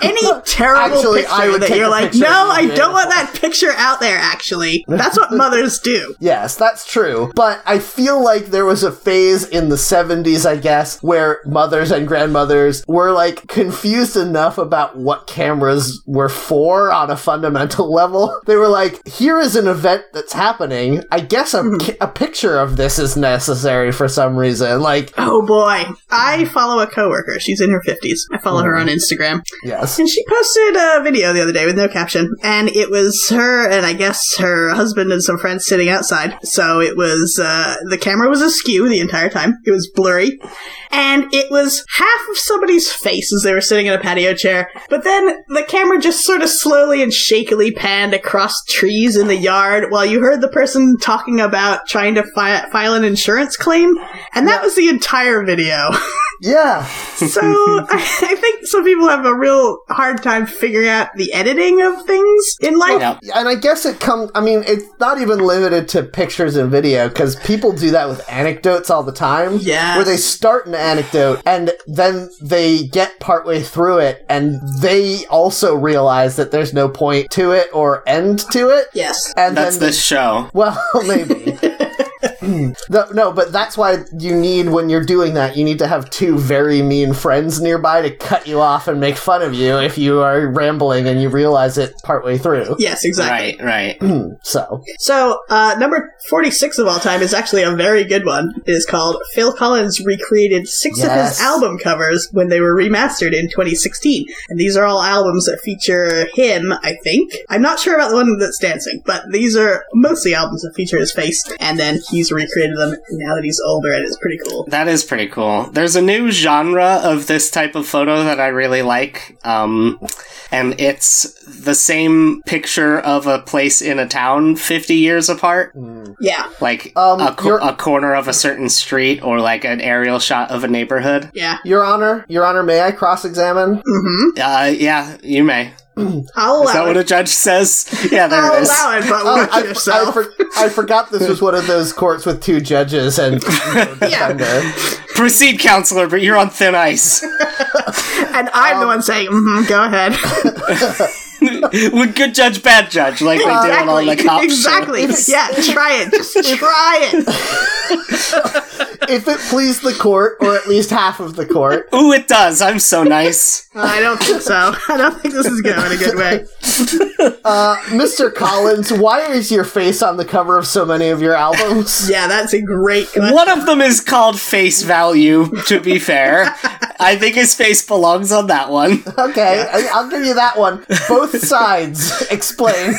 [SPEAKER 3] any terrible
[SPEAKER 1] Actually,
[SPEAKER 3] picture
[SPEAKER 1] I would
[SPEAKER 3] that
[SPEAKER 1] take
[SPEAKER 3] you're
[SPEAKER 1] a
[SPEAKER 3] like,
[SPEAKER 1] picture
[SPEAKER 3] no,
[SPEAKER 1] of
[SPEAKER 3] I
[SPEAKER 1] you."
[SPEAKER 3] don't want that picture out there. Actually, that's what mothers do.
[SPEAKER 1] Yes, that's true. But I feel like there was a phase in the 70s, I guess, where mothers and grandmothers were like confused enough about what cameras were for on a fundamental level. They were like, here is an event that's happening. I guess a, ki- a picture of this is necessary for some reason. Like,
[SPEAKER 3] Oh boy, I follow a coworker. She's in her fifties. I follow her on Instagram.
[SPEAKER 1] yes.
[SPEAKER 3] And she posted a video the other day with no caption, and it was her and I guess her husband and some friends sitting outside. So it was uh, the camera was askew the entire time. It was blurry, and it was half of somebody's face as they were sitting in a patio chair. But then the camera just sort of slowly and shakily panned across trees in the yard while you heard the person talking about trying to fi- file an insurance claim, and that was the entire video.
[SPEAKER 1] Yeah.
[SPEAKER 3] So I, I think some people have a real hard time figuring out the editing of things in life.
[SPEAKER 2] Yeah.
[SPEAKER 1] And I guess it comes, I mean, it's not even limited to pictures and video because people do that with anecdotes all the time.
[SPEAKER 3] Yeah.
[SPEAKER 1] Where they start an anecdote and then they get partway through it and they also realize that there's no point to it or end to it.
[SPEAKER 3] Yes.
[SPEAKER 1] And
[SPEAKER 2] That's
[SPEAKER 1] then they-
[SPEAKER 2] this show.
[SPEAKER 1] well, maybe. no, no, but that's why you need, when you're doing that, you need to have two very mean friends nearby to cut you off and make fun of you if you are rambling and you realize it partway through.
[SPEAKER 3] Yes, exactly.
[SPEAKER 2] Right, right.
[SPEAKER 1] So,
[SPEAKER 3] So, uh, number 46 of all time is actually a very good one. It is called Phil Collins recreated six of his
[SPEAKER 1] Yes.
[SPEAKER 3] album covers when they were remastered in 2016. And these are all albums that feature him, I think. I'm not sure about the one that's dancing, but these are mostly albums that feature his face. And then he's recreated them now that he's older, and it's pretty cool.
[SPEAKER 2] That is pretty cool. There's a new genre of this type of photo that I really like. Um, and it's the same picture of a place in a town 50 years apart.
[SPEAKER 3] Yeah.
[SPEAKER 2] Like
[SPEAKER 1] Um,
[SPEAKER 2] a, co-
[SPEAKER 1] you're-
[SPEAKER 2] a corner of a certain street or like an aerial shot of a neighborhood.
[SPEAKER 3] Yeah.
[SPEAKER 1] Your Honor, Your Honor, may I cross examine?
[SPEAKER 3] hmm
[SPEAKER 2] Uh, yeah, you may.
[SPEAKER 3] I'll
[SPEAKER 2] Is that
[SPEAKER 3] allow
[SPEAKER 2] what
[SPEAKER 3] it.
[SPEAKER 2] a judge says? Yeah, there
[SPEAKER 3] I'll
[SPEAKER 2] it is.
[SPEAKER 3] allow it, but
[SPEAKER 1] Oh,
[SPEAKER 3] watch
[SPEAKER 1] I, I,
[SPEAKER 3] yourself.
[SPEAKER 1] for, I forgot this was one of those courts with two judges and no defender.
[SPEAKER 2] Proceed, counselor, but you're on thin ice.
[SPEAKER 3] and I'm the one saying, mm-hmm, "Go ahead."
[SPEAKER 2] With good judge, bad judge, like they do on all the cop shows.
[SPEAKER 3] exactly. Yeah, try it. Just try it.
[SPEAKER 1] If it pleased the court, or at least half of the court,
[SPEAKER 2] Ooh, it does. I'm so nice.
[SPEAKER 3] I don't think so. I don't think this is going a good way.
[SPEAKER 1] uh, Mr. Collins, why is your face on the cover of so many of your albums?
[SPEAKER 3] Yeah, that's a great. question.
[SPEAKER 2] One of them is called face value, to be fair. I think his face belongs on that one.
[SPEAKER 1] Okay, I, I'll give you that one. Both sides explain.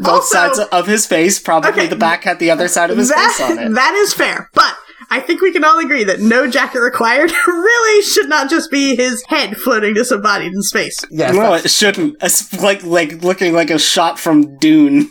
[SPEAKER 2] Both
[SPEAKER 3] Also-
[SPEAKER 2] sides of his face, probably
[SPEAKER 3] Okay.
[SPEAKER 2] the back had the other side of his face on
[SPEAKER 3] That
[SPEAKER 2] it.
[SPEAKER 3] that is fair, but. I think we can all agree that no jacket required really should not just be his head floating disembodied in space.
[SPEAKER 1] Yes,
[SPEAKER 2] no,
[SPEAKER 1] that's-
[SPEAKER 2] it shouldn't. It's like like looking like a shot from Dune.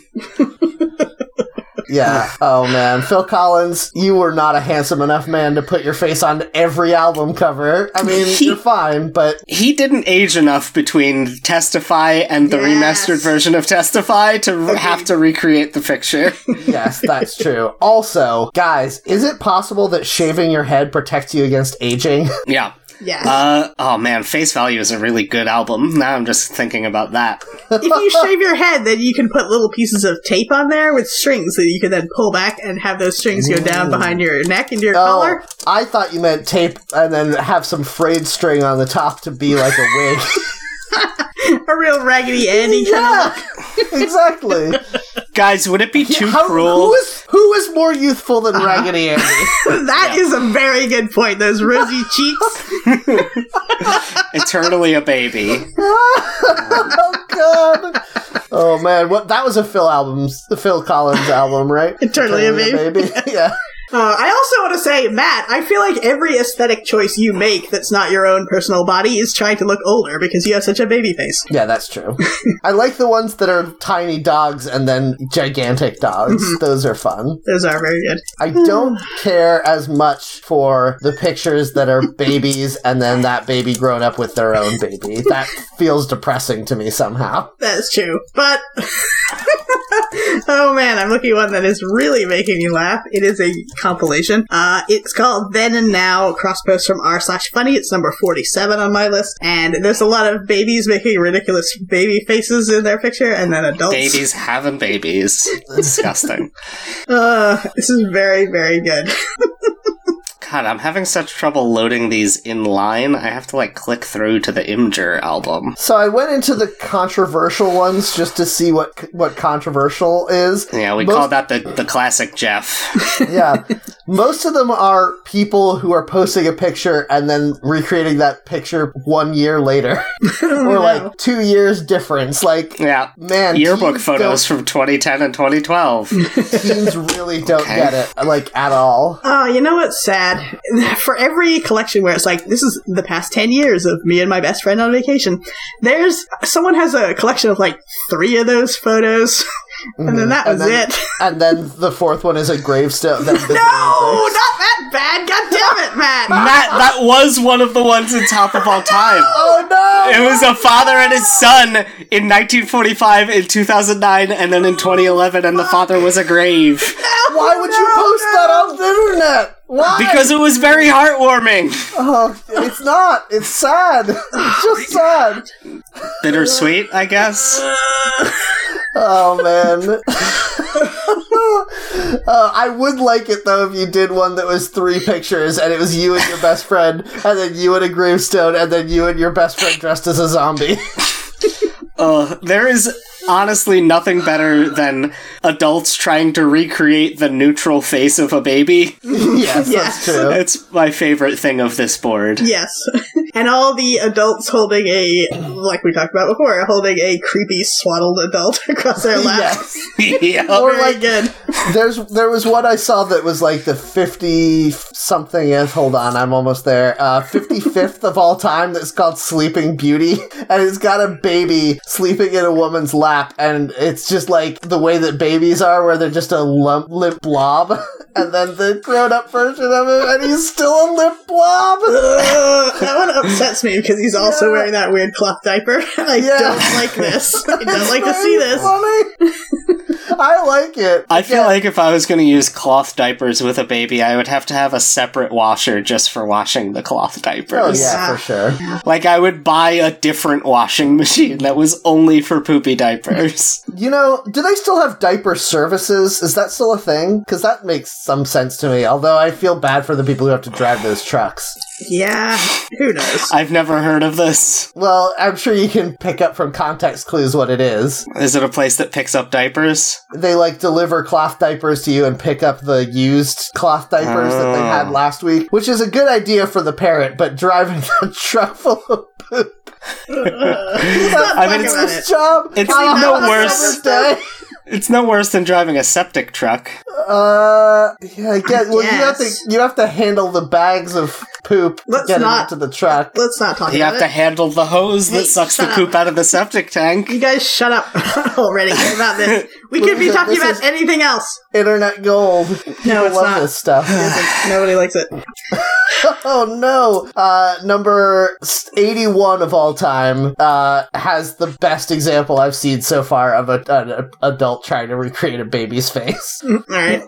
[SPEAKER 1] yeah. Oh man, Phil Collins, you were not a handsome enough man to put your face on every album cover. I mean,
[SPEAKER 2] He-
[SPEAKER 1] you're fine, but
[SPEAKER 2] He didn't age enough between Testify and the
[SPEAKER 3] Yes.
[SPEAKER 2] remastered version of Testify to re- have to recreate the picture.
[SPEAKER 1] yes, that's true. Also, guys, is it possible that shaving your head protects you against aging?
[SPEAKER 2] yeah.
[SPEAKER 3] Yeah.
[SPEAKER 2] Uh, oh man, Face Value is a really good album. Now I'm just thinking about that.
[SPEAKER 3] if you shave your head, then you can put little pieces of tape on there with strings that you can then pull back and have those strings go down behind your neck into your
[SPEAKER 2] Oh.
[SPEAKER 3] collar.
[SPEAKER 1] I thought you meant tape and then have some frayed string on the top to be like a wig.
[SPEAKER 3] A real raggedy Andy kind of
[SPEAKER 1] yeah, exactly.
[SPEAKER 2] Guys, would it be too
[SPEAKER 1] How,
[SPEAKER 2] cruel?
[SPEAKER 1] who is who is more youthful than Raggedy Andy?
[SPEAKER 3] That is a very good point. Those rosy cheeks.
[SPEAKER 2] Eternally a baby.
[SPEAKER 1] oh god! Oh man, what that was a Phil album's Phil Collins album, right?
[SPEAKER 3] Eternally a Babe.
[SPEAKER 1] yeah.
[SPEAKER 3] Uh, I also want to say, Matt, I feel like every aesthetic choice you make that's not your own personal body is trying to look older because you have such a baby face.
[SPEAKER 1] Yeah, that's true. I like the ones that are tiny dogs and then gigantic dogs. Those are fun.
[SPEAKER 3] Those are very good.
[SPEAKER 1] I don't care as much for the pictures that are babies and then that baby grown up with their own baby. That feels depressing to me somehow.
[SPEAKER 3] That's true. But oh man, I'm looking at one that is really making me laugh. It is a compilation. Uh, it's called Then and Now Cross Post from R slash Funny. It's number 47 on my list, and there's a lot of babies making ridiculous baby faces in their picture, and then adults.
[SPEAKER 2] Babies having babies. Disgusting.
[SPEAKER 3] Uh, this is very very good.
[SPEAKER 2] God, I'm having such trouble loading these in line. I have to like click through to the Imgur album.
[SPEAKER 1] So I went into the controversial ones just to see what what controversial is.
[SPEAKER 2] Yeah, we
[SPEAKER 1] Most-
[SPEAKER 2] call that the, the classic Jeff.
[SPEAKER 1] Yeah. Most of them are people who are posting a picture and then recreating that picture 1 year later
[SPEAKER 2] Oh,
[SPEAKER 1] or like 2 years difference. Like
[SPEAKER 2] Yeah.
[SPEAKER 1] man,
[SPEAKER 2] Yearbook
[SPEAKER 1] teens
[SPEAKER 2] photos from 2010 and 2012.
[SPEAKER 1] don't- teens really don't
[SPEAKER 2] Okay.
[SPEAKER 1] get it like at all.
[SPEAKER 3] Oh, you know what's sad? For every collection where it's like, this is the past 10 years of me and my best friend on vacation, there's someone has a collection of like three of those photos, and then that
[SPEAKER 1] Mm-hmm. And
[SPEAKER 3] was
[SPEAKER 1] then-
[SPEAKER 3] it.
[SPEAKER 1] And then the fourth one is a gravestone. That
[SPEAKER 3] No, not that bad. God damn it, Matt.
[SPEAKER 2] Matt, that was one of the ones in Top of All Time.
[SPEAKER 1] Oh no!
[SPEAKER 2] It was a father and his son in 1945, in 2009, and then in 2011, and the father was a grave.
[SPEAKER 1] Why would you
[SPEAKER 3] No,
[SPEAKER 1] post
[SPEAKER 3] no.
[SPEAKER 1] that on the internet? Why?
[SPEAKER 2] Because it was very heartwarming.
[SPEAKER 1] oh, it's not. It's sad. It's just sad.
[SPEAKER 2] Bittersweet, I guess.
[SPEAKER 1] Oh man. uh, I would like it though if you did one that was three pictures and it was you and your best friend, and then you and a gravestone, and then you and your best friend dressed as a zombie.
[SPEAKER 2] Uh, there is honestly nothing better than adults trying to recreate the neutral face of a baby.
[SPEAKER 1] yes,
[SPEAKER 3] Yes.
[SPEAKER 1] that's true.
[SPEAKER 2] It's my favorite thing of this board.
[SPEAKER 3] Yes. and all the adults holding a, like we talked about before, holding a creepy swaddled adult across their lap.
[SPEAKER 1] Yes.
[SPEAKER 2] Yeah.
[SPEAKER 1] Or
[SPEAKER 3] Very
[SPEAKER 1] like
[SPEAKER 3] good.
[SPEAKER 1] There's there was one I saw that was like the fifty something. Yes, hold on, I'm almost there. Uh, Fifty fifth of all time. That's called Sleeping Beauty, and it's got a baby sleeping in a woman's lap, and it's just like the way that babies are, where they're just a lump limp blob, and then the grown up version of him, and he's still a limp blob.
[SPEAKER 3] Uh, that one upsets me because he's also
[SPEAKER 1] Yeah.
[SPEAKER 3] wearing that weird cloth diaper, and I
[SPEAKER 1] Yeah.
[SPEAKER 3] don't like this. I don't like to
[SPEAKER 1] Very
[SPEAKER 3] see this.
[SPEAKER 1] funny. I like it.
[SPEAKER 2] I feel
[SPEAKER 1] Yeah.
[SPEAKER 2] like if I was going to use cloth diapers with a baby, I would have to have a separate washer just for washing the cloth
[SPEAKER 1] Oh
[SPEAKER 2] diapers.
[SPEAKER 3] Ah.
[SPEAKER 1] yeah, for sure.
[SPEAKER 2] Like, I would buy a different washing machine that was only for poopy diapers.
[SPEAKER 1] You know, do they still have diaper services? Is that still a thing? Because that makes some sense to me, although I feel bad for the people who have to drive those trucks.
[SPEAKER 3] Yeah, who knows?
[SPEAKER 2] I've never heard of this.
[SPEAKER 1] Well, I'm sure you can pick up from context clues what it is.
[SPEAKER 2] Is it a place that picks up diapers?
[SPEAKER 1] They like deliver cloth diapers to you and pick up the used cloth diapers that they had
[SPEAKER 2] Oh.
[SPEAKER 1] last week, which is a good idea for the parent, but driving the truck full of poop.
[SPEAKER 3] Let's
[SPEAKER 2] I
[SPEAKER 3] talk
[SPEAKER 2] mean, it's
[SPEAKER 3] about
[SPEAKER 1] This job.
[SPEAKER 2] It's
[SPEAKER 1] on
[SPEAKER 2] no
[SPEAKER 1] a
[SPEAKER 2] worse.
[SPEAKER 1] summer's day.
[SPEAKER 2] It's no worse than driving a septic truck.
[SPEAKER 1] Uh, yeah, I guess. Well, you have to
[SPEAKER 3] Yes.
[SPEAKER 1] you have to handle the bags of poop
[SPEAKER 3] Let's
[SPEAKER 1] getting
[SPEAKER 3] not-
[SPEAKER 1] to the truck.
[SPEAKER 3] Let's not talk
[SPEAKER 2] You
[SPEAKER 3] about
[SPEAKER 2] have to
[SPEAKER 3] it.
[SPEAKER 2] handle the hose
[SPEAKER 3] Hey,
[SPEAKER 2] that sucks the
[SPEAKER 3] shut up.
[SPEAKER 2] poop out of the septic tank.
[SPEAKER 3] you guys shut up already about this. We could be
[SPEAKER 1] Lisa,
[SPEAKER 3] talking
[SPEAKER 1] this
[SPEAKER 3] about
[SPEAKER 1] is-
[SPEAKER 3] anything else.
[SPEAKER 1] Internet gold. People
[SPEAKER 3] it's
[SPEAKER 1] love
[SPEAKER 3] not.
[SPEAKER 1] this stuff.
[SPEAKER 3] Nobody likes it.
[SPEAKER 1] oh no! Uh, number s- eighty-one of all time uh, has the best example I've seen so far of a, an a- adult trying to recreate a baby's face.
[SPEAKER 3] All right.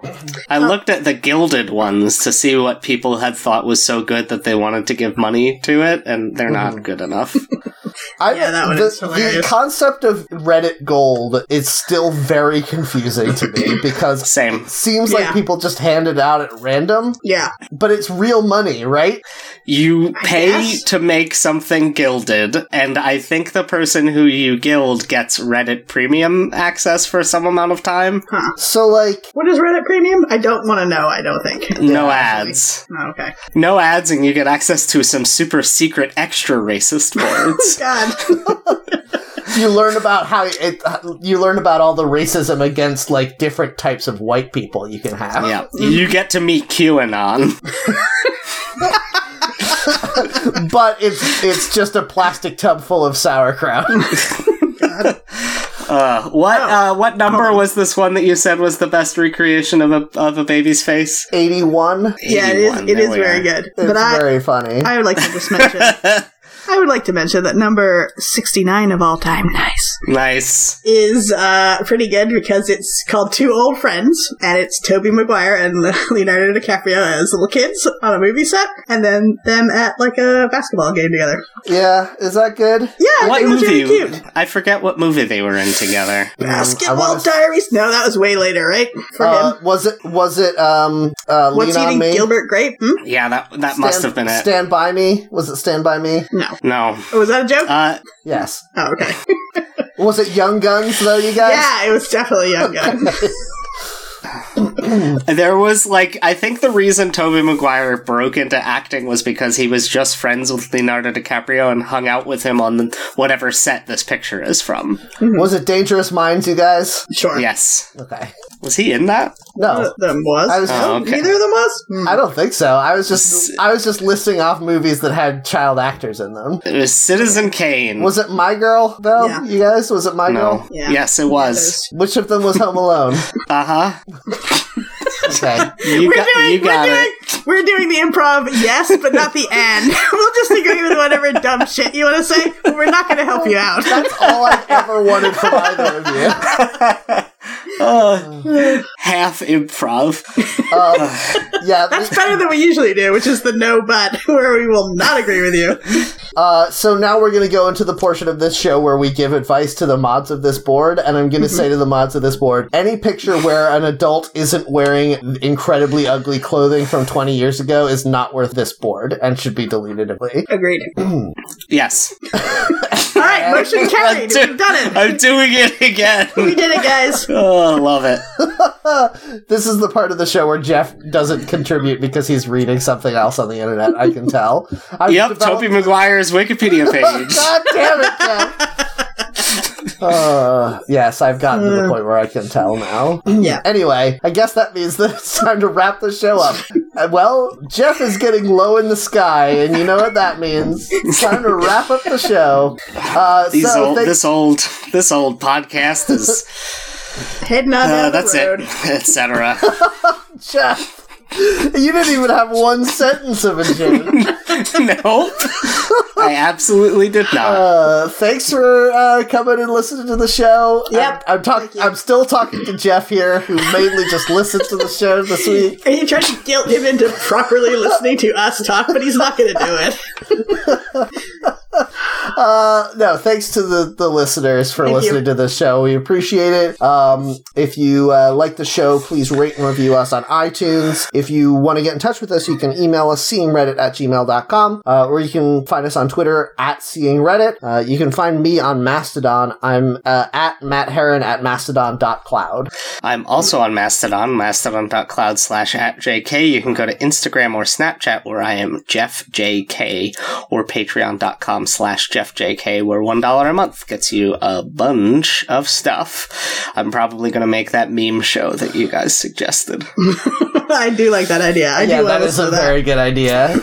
[SPEAKER 2] I looked at the gilded ones to see what people had thought was so good that they wanted to give money to it, and they're
[SPEAKER 3] Mm-hmm.
[SPEAKER 2] not good enough.
[SPEAKER 1] I,
[SPEAKER 3] Yeah, that one
[SPEAKER 1] the,
[SPEAKER 3] is hilarious.
[SPEAKER 1] The concept of Reddit gold is still very confusing to me because.
[SPEAKER 2] Same.
[SPEAKER 1] it Seems
[SPEAKER 3] Yeah.
[SPEAKER 1] like people just hand it out at random,
[SPEAKER 3] Yeah.
[SPEAKER 1] but it's real money, right?
[SPEAKER 2] You
[SPEAKER 3] I
[SPEAKER 2] pay
[SPEAKER 3] guess.
[SPEAKER 2] to make something gilded, and I think the person who you gild gets Reddit premium access for some amount of time.
[SPEAKER 1] So, like,
[SPEAKER 3] What is Reddit Premium? I don't want to know. I don't think.
[SPEAKER 2] No ads.
[SPEAKER 3] Oh, okay.
[SPEAKER 2] No ads, and you get access to some super secret extra racist boards.
[SPEAKER 3] God.
[SPEAKER 1] you learn about how it. You learn about all the racism against like different types of white people you can have.
[SPEAKER 2] Yeah, you get to meet QAnon.
[SPEAKER 1] but it's it's just a plastic tub full of sauerkraut.
[SPEAKER 2] Uh, what
[SPEAKER 3] Oh,
[SPEAKER 2] uh, what number was this one that you said was the best recreation of a of a baby's face?
[SPEAKER 1] Eighty one.
[SPEAKER 3] yeah, it is.
[SPEAKER 2] 81,
[SPEAKER 3] It
[SPEAKER 2] there
[SPEAKER 3] is
[SPEAKER 2] we
[SPEAKER 3] very
[SPEAKER 2] are.
[SPEAKER 3] good.
[SPEAKER 1] It's
[SPEAKER 3] But I,
[SPEAKER 1] very funny.
[SPEAKER 3] I would like to just mention. I would like to mention that number sixty-nine of all time, nice,
[SPEAKER 2] nice.
[SPEAKER 3] is uh, pretty good because it's called Two Old Friends, and it's Toby Maguire and Leonardo DiCaprio as little kids on a movie set, and then them at like a basketball game together.
[SPEAKER 1] yeah, is that good?
[SPEAKER 3] Yeah,
[SPEAKER 2] What
[SPEAKER 3] it was
[SPEAKER 2] movie?
[SPEAKER 3] really cute.
[SPEAKER 2] I forget what movie they were in together.
[SPEAKER 3] Basketball
[SPEAKER 1] Mm, wanna-
[SPEAKER 3] Diaries. No, that was way later, right? For
[SPEAKER 1] Uh,
[SPEAKER 3] him.
[SPEAKER 1] was it was it um uh,
[SPEAKER 3] What's
[SPEAKER 1] Lean on
[SPEAKER 3] eating
[SPEAKER 1] Me?
[SPEAKER 3] Gilbert Grape? Hmm?
[SPEAKER 2] Yeah, that that must
[SPEAKER 1] Stand-
[SPEAKER 2] have been it.
[SPEAKER 1] Stand by me. Was it Stand by me?
[SPEAKER 3] No.
[SPEAKER 2] no.
[SPEAKER 3] Oh, was that a joke?
[SPEAKER 2] Uh,
[SPEAKER 1] Yes.
[SPEAKER 3] oh, okay.
[SPEAKER 1] Was it Young Guns though? You guys.
[SPEAKER 3] Yeah, it was definitely Young Gun.
[SPEAKER 2] there was like I think the reason Toby Maguire broke into acting was because he was just friends with Leonardo DiCaprio and hung out with him on the, whatever set this picture is from.
[SPEAKER 1] Was it Dangerous Minds? You guys.
[SPEAKER 3] sure.
[SPEAKER 2] Yes.
[SPEAKER 1] Okay.
[SPEAKER 2] Was he in that?
[SPEAKER 3] One
[SPEAKER 1] No.
[SPEAKER 3] of them was. Uh,
[SPEAKER 1] I was-
[SPEAKER 2] Oh, okay.
[SPEAKER 3] Neither of them was. Hmm.
[SPEAKER 1] I don't think so. I was just
[SPEAKER 2] S-
[SPEAKER 1] I was just listing off movies that had child actors in them.
[SPEAKER 2] It was Citizen Kane.
[SPEAKER 1] Was it My Girl though?
[SPEAKER 3] Yeah.
[SPEAKER 1] You guys, was it My
[SPEAKER 2] no.
[SPEAKER 1] Girl?
[SPEAKER 3] Yeah.
[SPEAKER 2] Yes, it was.
[SPEAKER 1] Which of them was Home Alone?
[SPEAKER 2] Uh huh.
[SPEAKER 1] Okay.
[SPEAKER 2] You
[SPEAKER 3] We're
[SPEAKER 2] got
[SPEAKER 3] doing,
[SPEAKER 2] you got
[SPEAKER 3] we're,
[SPEAKER 2] it.
[SPEAKER 3] Doing, we're doing the improv, yes, but not the end. we'll just agree with whatever dumb shit you want to say. but We're not going to help you out.
[SPEAKER 1] That's all I've ever wanted from either of you.
[SPEAKER 2] Half improv.
[SPEAKER 1] Yeah.
[SPEAKER 3] That's better than we usually do, which is the no but, where we will not agree with you.
[SPEAKER 1] Uh, so now we're going to go into the portion of this show where we give advice to the mods of this board, and I'm going to say to the mods of this board: any picture where an adult isn't wearing incredibly ugly clothing from 20 years ago is not worth this board and should be deleted. immediately.
[SPEAKER 3] Agreed. All
[SPEAKER 2] Yes.
[SPEAKER 3] right, motion carried.
[SPEAKER 2] do-
[SPEAKER 3] We've done it.
[SPEAKER 2] I'm doing it again.
[SPEAKER 3] We did it, guys.
[SPEAKER 2] Oh, love it.
[SPEAKER 1] This is the part of the show where Jeff doesn't contribute because he's reading something else on the internet. I can tell. I've
[SPEAKER 2] Yep,
[SPEAKER 1] developed-
[SPEAKER 2] Toby Maguire's Wikipedia page.
[SPEAKER 1] God damn it, Jeff. Uh, yes, I've gotten to the point where I can tell now.
[SPEAKER 3] Yeah.
[SPEAKER 1] Anyway, I guess that means that it's time to wrap the show up. Uh, well, Jeff is getting low in the sky, and you know what that means. It's time to wrap up the show. Uh,
[SPEAKER 2] These
[SPEAKER 1] so
[SPEAKER 2] old,
[SPEAKER 1] thank-
[SPEAKER 2] this old, this old podcast is.
[SPEAKER 3] Heading on
[SPEAKER 2] Uh,
[SPEAKER 3] down
[SPEAKER 2] that's
[SPEAKER 3] the road.
[SPEAKER 2] it, etc.
[SPEAKER 1] Jeff. You didn't even have one sentence of a joke.
[SPEAKER 2] nope, I absolutely did not.
[SPEAKER 1] Uh, thanks for uh, coming and listening to the show.
[SPEAKER 3] Yep.
[SPEAKER 1] I'm, I'm talking. I'm still talking to Jeff here, who mainly just listens to the show this week.
[SPEAKER 3] And you tried to guilt him into properly listening to us talk, but he's not going to do it.
[SPEAKER 1] Uh, no, thanks to the, the listeners for
[SPEAKER 3] Thank
[SPEAKER 1] listening
[SPEAKER 3] you.
[SPEAKER 1] to the show. We appreciate it. Um, if you uh, like the show, please rate and review us on iTunes. If you want to get in touch with us, you can email us seeingreddit at gmail.com, uh, or you can find us on Twitter at seeingreddit. Uh, you can find me on Mastodon. I'm uh, at Matt Heron at mastodon.cloud.
[SPEAKER 2] I'm also on Mastodon, mastodon.cloud slash at JK. You can go to Instagram or Snapchat where I am Jeff JK or patreon.com slash Jeff JK where $1 a month gets you a bunch of stuff. I'm probably going to make that meme show that you guys suggested.
[SPEAKER 3] Mm. I do like that idea. I
[SPEAKER 1] Yeah,
[SPEAKER 3] do
[SPEAKER 1] that
[SPEAKER 3] want to
[SPEAKER 1] is a
[SPEAKER 3] listen to that.
[SPEAKER 1] very good idea.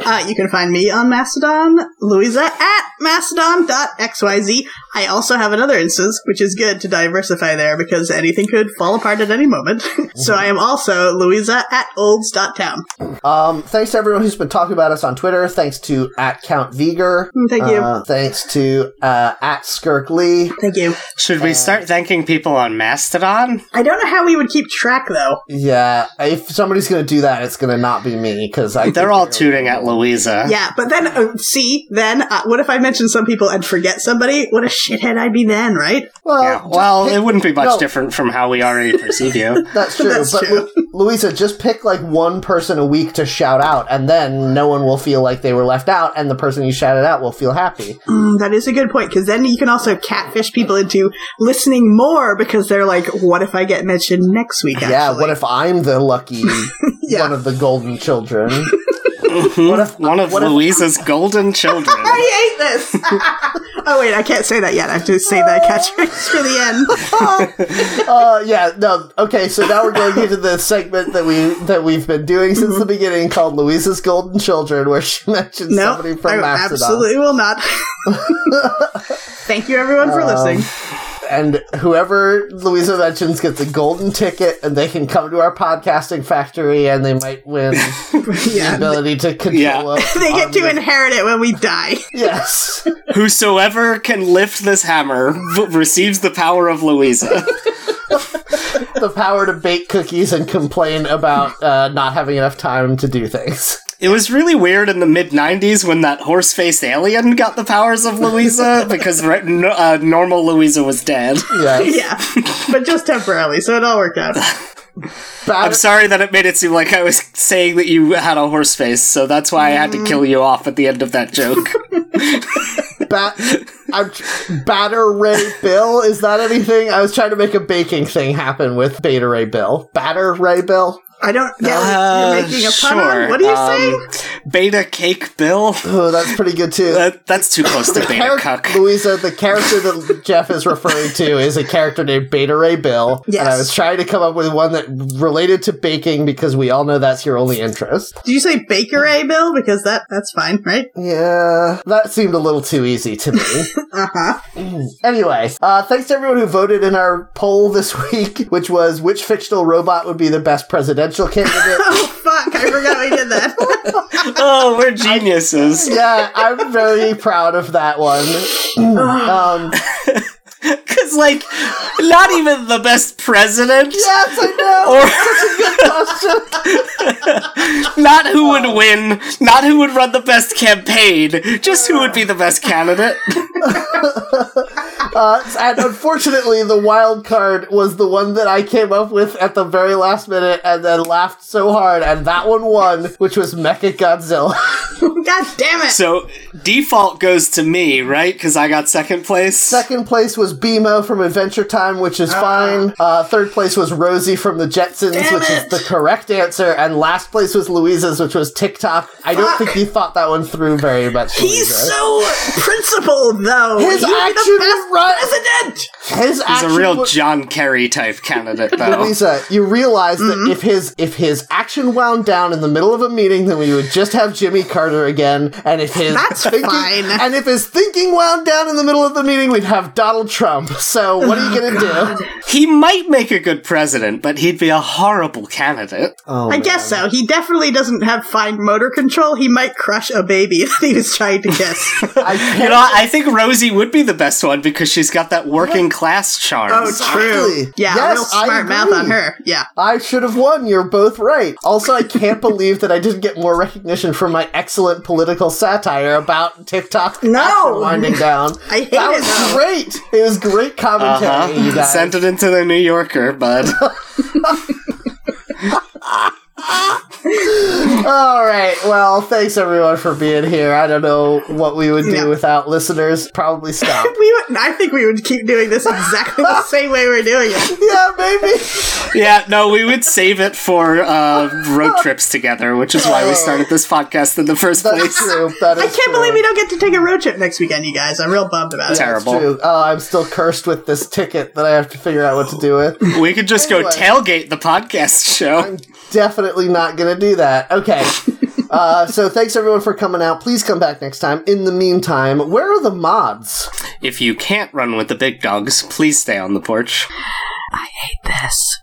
[SPEAKER 3] Uh, you can find me on Mastodon, Louisa at mastodon.xyz. I also have another instance, which is good to diversify there because anything could fall apart at any moment. so I am also Louisa at olds.town.
[SPEAKER 1] Um, thanks to everyone who's been talking about us on Twitter. Thanks to at Count Viger.
[SPEAKER 3] Mm, Thank you.
[SPEAKER 1] Uh, thanks to uh, at Skirk Lee.
[SPEAKER 3] Thank you.
[SPEAKER 2] Should
[SPEAKER 3] Uh,
[SPEAKER 2] we start thanking people on Mastodon?
[SPEAKER 3] I don't know how we would keep track though.
[SPEAKER 1] Yeah, if somebody's gonna do that, it's gonna not be me because I.
[SPEAKER 2] They're all tooting at Louisa.
[SPEAKER 3] Yeah, but then, uh, see, then, uh, what if I mention some people and forget somebody? What a shithead I'd be then, right?
[SPEAKER 1] Well,
[SPEAKER 2] Yeah,
[SPEAKER 3] Oh,
[SPEAKER 2] well,
[SPEAKER 1] just
[SPEAKER 2] it wouldn't be much
[SPEAKER 1] no.
[SPEAKER 2] different from how we already perceive you.
[SPEAKER 1] pick- that's true.
[SPEAKER 3] That's
[SPEAKER 1] but
[SPEAKER 3] true.
[SPEAKER 1] Lu- Louisa, just pick like one person a week to shout out, and then no one will feel like they were left out, and the person you shouted out will feel happy.
[SPEAKER 3] Mm, that is a good point because then you can also catfish people into listening more because they're like, what if I get mentioned next week?
[SPEAKER 1] Yeah.
[SPEAKER 3] actually?
[SPEAKER 1] What if I'm the lucky
[SPEAKER 3] Yeah.
[SPEAKER 1] one of the golden children?
[SPEAKER 3] Hmm?
[SPEAKER 2] One of Louisa's golden children.
[SPEAKER 3] I hate this. Oh wait, I can't say that yet. I have to save that catchphrase for the end.
[SPEAKER 1] Uh, yeah, no. Okay, so now we're going into the segment that we that we've been doing
[SPEAKER 3] Mm-hmm.
[SPEAKER 1] since the beginning called Louisa's Golden Children, where she mentions
[SPEAKER 3] no,
[SPEAKER 1] somebody
[SPEAKER 3] I
[SPEAKER 1] from Mastodon.
[SPEAKER 3] absolutely will not. Thank you everyone for
[SPEAKER 1] Um,
[SPEAKER 3] listening.
[SPEAKER 1] And whoever Louisa mentions gets a golden ticket, and they can come to our podcasting factory, and they might win the
[SPEAKER 3] yeah,
[SPEAKER 1] ability to control.
[SPEAKER 2] Yeah.
[SPEAKER 1] a-
[SPEAKER 3] they get
[SPEAKER 1] army
[SPEAKER 3] to
[SPEAKER 1] of-
[SPEAKER 3] inherit it when we die.
[SPEAKER 1] Yes.
[SPEAKER 2] Whosoever can lift this hammer v- receives the power of Louisa.
[SPEAKER 1] the power to bake cookies and complain about uh, not having enough time to do things.
[SPEAKER 2] It was really weird in the mid 90s when that horse faced alien got the powers of Louisa because re- no, uh, normal Louisa was dead.
[SPEAKER 1] Yes.
[SPEAKER 3] yeah, but just temporarily, so it all worked out.
[SPEAKER 1] Bat-
[SPEAKER 2] I'm sorry that it made it seem like I was saying that you had a horse face, so that's why I had
[SPEAKER 3] Mm.
[SPEAKER 2] to kill you off at the end of that joke.
[SPEAKER 1] bat- I'm tr- batter Ray Bill. Is that anything? I was trying to make a baking thing happen with Beta Ray Bill. Batter Ray Bill.
[SPEAKER 3] I don't get what
[SPEAKER 2] Uh,
[SPEAKER 3] you're making a pun on. What are you
[SPEAKER 2] um,
[SPEAKER 3] saying?
[SPEAKER 2] Beta cake bill?
[SPEAKER 1] Oh, that's pretty good too.
[SPEAKER 2] That, that's too close to
[SPEAKER 1] Char-
[SPEAKER 2] beta cuck.
[SPEAKER 1] Louisa, the character that Jeff is referring to is a character named Beta Ray Bill. And I
[SPEAKER 3] Yes.
[SPEAKER 1] was trying to come up with one that related to baking because we all know that's your only interest.
[SPEAKER 3] Did you say Baker A Bill? Because that that's fine, right?
[SPEAKER 1] Yeah, that seemed a little too easy to me. Mm.
[SPEAKER 3] Uh huh.
[SPEAKER 1] Anyway, uh, thanks to everyone who voted in our poll this week, which was which fictional robot would be the best presidential candidate.
[SPEAKER 3] Oh fuck! I forgot we did that.
[SPEAKER 2] Oh, we're geniuses.
[SPEAKER 1] yeah, I'm very proud of that one. um,
[SPEAKER 2] Because, like, not even the best president,
[SPEAKER 1] yes, I know.
[SPEAKER 2] or
[SPEAKER 1] Question.
[SPEAKER 2] not who would win, not who would run the best campaign, just who would be the best candidate.
[SPEAKER 1] Uh, and unfortunately, the wild card was the one that I came up with at the very last minute, and then laughed so hard, and that one won, which was Mecha Godzilla.
[SPEAKER 3] God damn it!
[SPEAKER 2] So, default goes to me, right? Because I got second place.
[SPEAKER 1] Second place was Bimo from Adventure Time, which is fine. Uh, third place was Rosie from the Jetsons,
[SPEAKER 3] Ah. Damn
[SPEAKER 1] which is
[SPEAKER 3] it.
[SPEAKER 1] the correct answer. And last place was Louisa's, which was TikTok. I don't
[SPEAKER 3] Fuck.
[SPEAKER 1] think you thought that one through very much.
[SPEAKER 3] He's
[SPEAKER 1] Louisa.
[SPEAKER 3] so principled, though.
[SPEAKER 1] His
[SPEAKER 3] He'd be
[SPEAKER 1] action
[SPEAKER 3] the best
[SPEAKER 1] was right.
[SPEAKER 3] president.
[SPEAKER 1] His
[SPEAKER 2] He's
[SPEAKER 1] action
[SPEAKER 2] a real
[SPEAKER 1] wa-
[SPEAKER 2] John Kerry type candidate, though.
[SPEAKER 1] Louisa, you realize
[SPEAKER 3] Mm-hmm.
[SPEAKER 1] that if his if his action wound down in the middle of a meeting, then we would just have Jimmy Carter again. And if his
[SPEAKER 3] That's
[SPEAKER 1] thinking,
[SPEAKER 3] fine.
[SPEAKER 1] and if his thinking wound down in the middle of the meeting, we'd have Donald Trump. So what are you gonna do?
[SPEAKER 2] He might make a good president, but he'd be a horrible candidate.
[SPEAKER 1] Oh,
[SPEAKER 3] I guess so. He definitely doesn't have fine motor control. He might crush a baby that he was trying to kiss.
[SPEAKER 1] I can't
[SPEAKER 2] You know, I think Rosie would be the best one because she's got that working class charm.
[SPEAKER 3] oh,
[SPEAKER 1] Exactly.
[SPEAKER 3] true. Yeah,
[SPEAKER 1] Yes,
[SPEAKER 3] real
[SPEAKER 1] I
[SPEAKER 3] smart
[SPEAKER 1] agree.
[SPEAKER 3] mouth on her. Yeah.
[SPEAKER 1] I should have won. You're both right. Also, I can't believe that I didn't get more recognition for my excellent political satire about TikTok
[SPEAKER 3] No!
[SPEAKER 1] action winding down.
[SPEAKER 3] I hate
[SPEAKER 1] that
[SPEAKER 3] it,
[SPEAKER 1] was
[SPEAKER 3] though.
[SPEAKER 1] great. It was great commentary, you
[SPEAKER 2] uh-huh.
[SPEAKER 1] guys.
[SPEAKER 2] Sent it into the New Yorker, bud.
[SPEAKER 1] All right. Well, thanks everyone for being here. I don't know what we would do
[SPEAKER 3] Yeah.
[SPEAKER 1] without listeners. Probably stop.
[SPEAKER 3] We would, I think we would keep doing this exactly the same way we're doing it.
[SPEAKER 1] yeah, maybe.
[SPEAKER 2] yeah, no, we would save it for uh, road trips together, which is why we started this podcast in the first
[SPEAKER 1] Oh. That's
[SPEAKER 2] place.
[SPEAKER 1] true. That is
[SPEAKER 3] I can't
[SPEAKER 1] true.
[SPEAKER 3] believe we don't get to take a road trip next weekend, you guys. I'm real bummed about it.
[SPEAKER 2] Terrible.
[SPEAKER 1] That's true. Oh, I'm still cursed with this ticket that I have to figure out what to do with.
[SPEAKER 2] We could just
[SPEAKER 1] Anyway.
[SPEAKER 2] go tailgate the podcast show.
[SPEAKER 1] definitely not gonna do that. Okay. Uh, so thanks everyone for coming out. Please come back next time. In the meantime, where are the mods?
[SPEAKER 2] If you can't run with the big dogs, please stay on the porch.
[SPEAKER 3] This.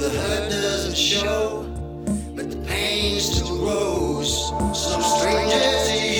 [SPEAKER 4] doesn't show, but the pain still grows. Some strangers.